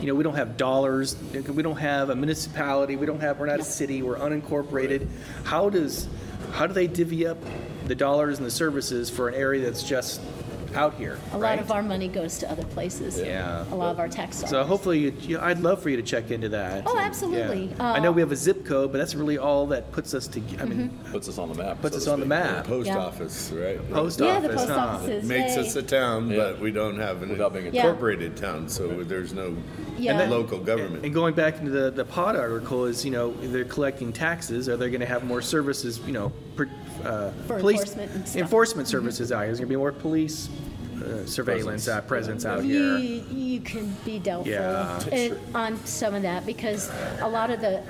[SPEAKER 2] you know, we don't have dollars, we don't have a municipality, we don't have, we're not a city, we're unincorporated. How does, how do they divvy up the dollars and the services for an area that's just out here?
[SPEAKER 5] A lot of our money goes to other places.
[SPEAKER 2] Yeah.
[SPEAKER 5] A lot of our tax dollars.
[SPEAKER 2] So hopefully, you, you, I'd love for you to check into that.
[SPEAKER 5] Oh,
[SPEAKER 2] And,
[SPEAKER 5] absolutely.
[SPEAKER 2] yeah. I know
[SPEAKER 5] Uh, Mm-hmm.
[SPEAKER 2] we have a zip code, but that's really all that puts us to. I mean,
[SPEAKER 4] Puts us on the map.
[SPEAKER 2] puts
[SPEAKER 4] so
[SPEAKER 2] us
[SPEAKER 4] to
[SPEAKER 2] on the
[SPEAKER 4] speak.
[SPEAKER 2] map.
[SPEAKER 3] Post
[SPEAKER 5] Yeah.
[SPEAKER 3] office, right?
[SPEAKER 2] Post
[SPEAKER 5] yeah,
[SPEAKER 2] office.
[SPEAKER 5] the post
[SPEAKER 2] huh?
[SPEAKER 5] offices.
[SPEAKER 3] Makes
[SPEAKER 5] yay.
[SPEAKER 3] us a town,
[SPEAKER 4] Yeah.
[SPEAKER 3] but we don't have an
[SPEAKER 4] Without being a
[SPEAKER 5] Yeah.
[SPEAKER 3] incorporated town, so there's no
[SPEAKER 5] Yeah. And then-
[SPEAKER 3] local government.
[SPEAKER 2] And going back into the, the pod article is, you know, they're collecting taxes. Are they going to have more services, you know, per, uh,
[SPEAKER 5] For
[SPEAKER 2] police
[SPEAKER 5] enforcement and stuff. Mm-hmm.
[SPEAKER 2] enforcement services out here? There's going to be more police uh, surveillance
[SPEAKER 4] Presence.
[SPEAKER 2] uh, presence out
[SPEAKER 5] You,
[SPEAKER 2] here.
[SPEAKER 5] you can be doubtful
[SPEAKER 2] Yeah.
[SPEAKER 5] and- on some of that because a lot of the,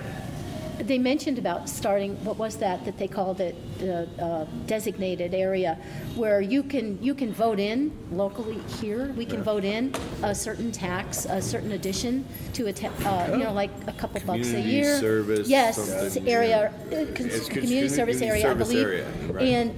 [SPEAKER 5] they mentioned about starting, what was that, that they called it the uh, designated area where you can, you can vote in locally here, we can vote in a certain tax, a certain addition to a, ta- uh, you know, like a couple bucks a
[SPEAKER 3] Community
[SPEAKER 5] year.
[SPEAKER 3] service,
[SPEAKER 5] Yes,
[SPEAKER 3] something,
[SPEAKER 5] area,
[SPEAKER 3] yeah.
[SPEAKER 5] uh,
[SPEAKER 3] It's
[SPEAKER 5] cons- community
[SPEAKER 3] community
[SPEAKER 5] service area, I
[SPEAKER 3] service
[SPEAKER 5] believe.
[SPEAKER 3] area, right.
[SPEAKER 5] And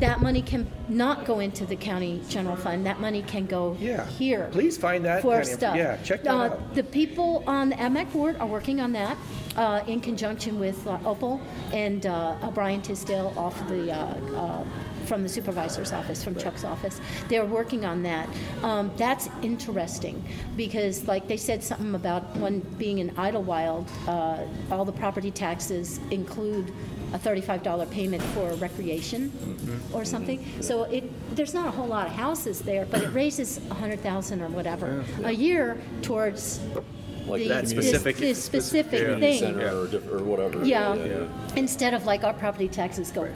[SPEAKER 5] that money can not go into the county general fund, that money can go
[SPEAKER 2] Yeah.
[SPEAKER 5] here.
[SPEAKER 2] Please find that
[SPEAKER 5] For
[SPEAKER 2] kind of-
[SPEAKER 5] stuff.
[SPEAKER 2] yeah, check that
[SPEAKER 5] Uh,
[SPEAKER 2] out.
[SPEAKER 5] The people on the AMAC board are working on that uh, in conjunction with uh, Opal and uh, uh, Brian Tisdale off the, uh, uh, from the supervisor's office, from Chuck's office. They're working on that. Um, That's interesting because like they said something about one being in Idlewild, uh, all the property taxes include a $35 payment for recreation or something. So it, there's not a whole lot of houses there, but it raises 100,000 or whatever a year towards
[SPEAKER 4] Like
[SPEAKER 5] the-
[SPEAKER 4] that
[SPEAKER 5] this-
[SPEAKER 2] specific-
[SPEAKER 5] this specific
[SPEAKER 4] community
[SPEAKER 5] thing.
[SPEAKER 4] center or, diff- or whatever.
[SPEAKER 5] Yeah, instead of like our property taxes go,
[SPEAKER 4] Yeah,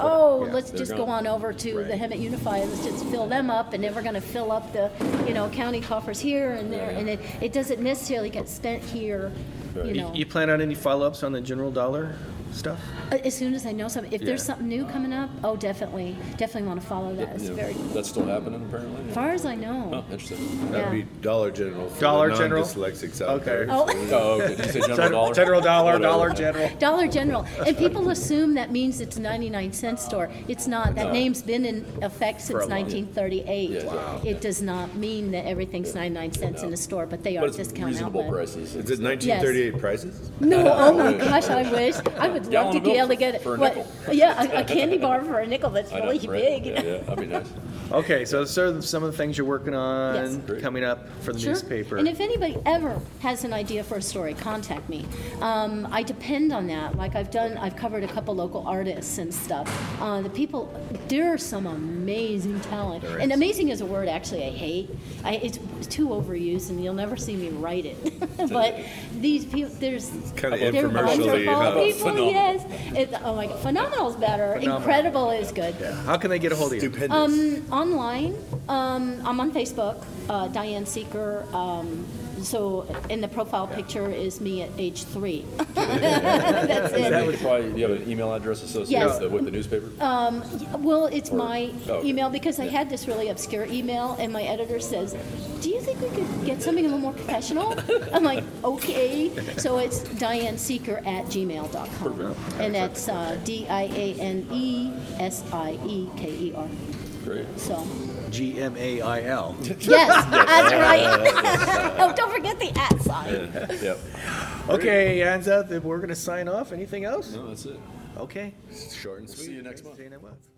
[SPEAKER 5] oh, let's
[SPEAKER 4] they're
[SPEAKER 5] just go
[SPEAKER 4] gone.
[SPEAKER 5] on over to the Hemet Unified, let's just fill them up, and then we're gonna fill up the, you know, county coffers here and there, and it, it doesn't necessarily get spent here, you
[SPEAKER 2] You,
[SPEAKER 5] know.
[SPEAKER 2] you plan on any follow ups on the general dollar stuff?
[SPEAKER 5] Uh, As soon as I know something, if there's
[SPEAKER 2] Yeah.
[SPEAKER 5] something new coming up, oh, definitely, definitely wanna follow that, it's
[SPEAKER 4] Yeah.
[SPEAKER 5] very, as
[SPEAKER 4] That's still happening apparently.
[SPEAKER 5] far as I know.
[SPEAKER 4] Oh, interesting.
[SPEAKER 5] yeah.
[SPEAKER 3] That'd be Dollar General. For
[SPEAKER 2] Dollar
[SPEAKER 3] the
[SPEAKER 2] General?
[SPEAKER 3] Non-dyslexics out
[SPEAKER 2] Okay.
[SPEAKER 3] there.
[SPEAKER 5] Oh.
[SPEAKER 4] Oh, okay. Did you say general dollar?
[SPEAKER 2] General dollar,
[SPEAKER 4] Whatever.
[SPEAKER 2] dollar general.
[SPEAKER 5] Dollar General. And people assume that means it's a 99 cent store. It's not. That name's been in effect since
[SPEAKER 2] long-
[SPEAKER 5] 1938.
[SPEAKER 4] Yeah, Wow.
[SPEAKER 5] It does not mean that everything's 99 cents in a store, but they are
[SPEAKER 4] But it's
[SPEAKER 5] discount
[SPEAKER 4] reasonable
[SPEAKER 5] outlet.
[SPEAKER 4] prices.
[SPEAKER 3] Is it 1938 prices?
[SPEAKER 5] No, oh
[SPEAKER 4] <laughs>
[SPEAKER 5] my gosh, I wish. I would love
[SPEAKER 4] Gallon
[SPEAKER 5] to
[SPEAKER 4] of
[SPEAKER 5] be able to
[SPEAKER 4] milk
[SPEAKER 5] get it.
[SPEAKER 4] for a
[SPEAKER 5] What-
[SPEAKER 4] nickel.
[SPEAKER 5] Yeah, a- a candy bar for a nickel that's
[SPEAKER 4] <laughs> I know,
[SPEAKER 5] really
[SPEAKER 4] right? Yeah,
[SPEAKER 5] big.
[SPEAKER 4] yeah, that'd
[SPEAKER 5] <laughs>
[SPEAKER 4] be nice.
[SPEAKER 2] Okay, so sort of some of the things you're working on
[SPEAKER 5] Yes.
[SPEAKER 4] Great.
[SPEAKER 2] coming up for the
[SPEAKER 5] Sure.
[SPEAKER 2] newspaper.
[SPEAKER 5] And if anybody ever has an idea for a story, contact me. Um, I depend on that. Like I've done, I've covered a couple local artists and stuff. Uh, the people, there are some amazing talent. And amazing is a word actually I hate. I, it's too overused, and you'll never see me write it. <laughs> but these people, there's
[SPEAKER 3] Kind of
[SPEAKER 5] they're
[SPEAKER 3] infomercially
[SPEAKER 5] wonderful
[SPEAKER 3] enough.
[SPEAKER 5] people. Yes. It's, oh my God, phenomenal is better.
[SPEAKER 2] Phenomenal.
[SPEAKER 5] Incredible is good.
[SPEAKER 2] How can they get a hold of you?
[SPEAKER 3] Stupendous.
[SPEAKER 5] Um, online, um, I'm on Facebook, uh, Diane Seeker. Um, so, and the profile picture is me at age three. <laughs> That's
[SPEAKER 4] That
[SPEAKER 5] it.
[SPEAKER 4] would probably, you have an email address associated
[SPEAKER 5] Yes.
[SPEAKER 4] with the, with the newspaper?
[SPEAKER 5] Well, it's
[SPEAKER 4] Or-
[SPEAKER 5] my
[SPEAKER 4] oh, okay.
[SPEAKER 5] email because I had this really obscure email, and my editor says, "Do you think we could get something a little more professional?" I'm like, "Okay." So it's Diane Seeker at gmail.com, and that's uh, D I A N E S I E K E R.
[SPEAKER 4] Great. <laughs>
[SPEAKER 5] So.
[SPEAKER 2] G M A I L.
[SPEAKER 5] Yes, that's right. <laughs> oh, don't forget the at sign.
[SPEAKER 4] Yep.
[SPEAKER 2] Okay, ends up that we're going to sign off. Anything else?
[SPEAKER 4] No, that's it.
[SPEAKER 2] Okay.
[SPEAKER 3] Short and sweet.
[SPEAKER 4] See you next month.
[SPEAKER 2] See you next month.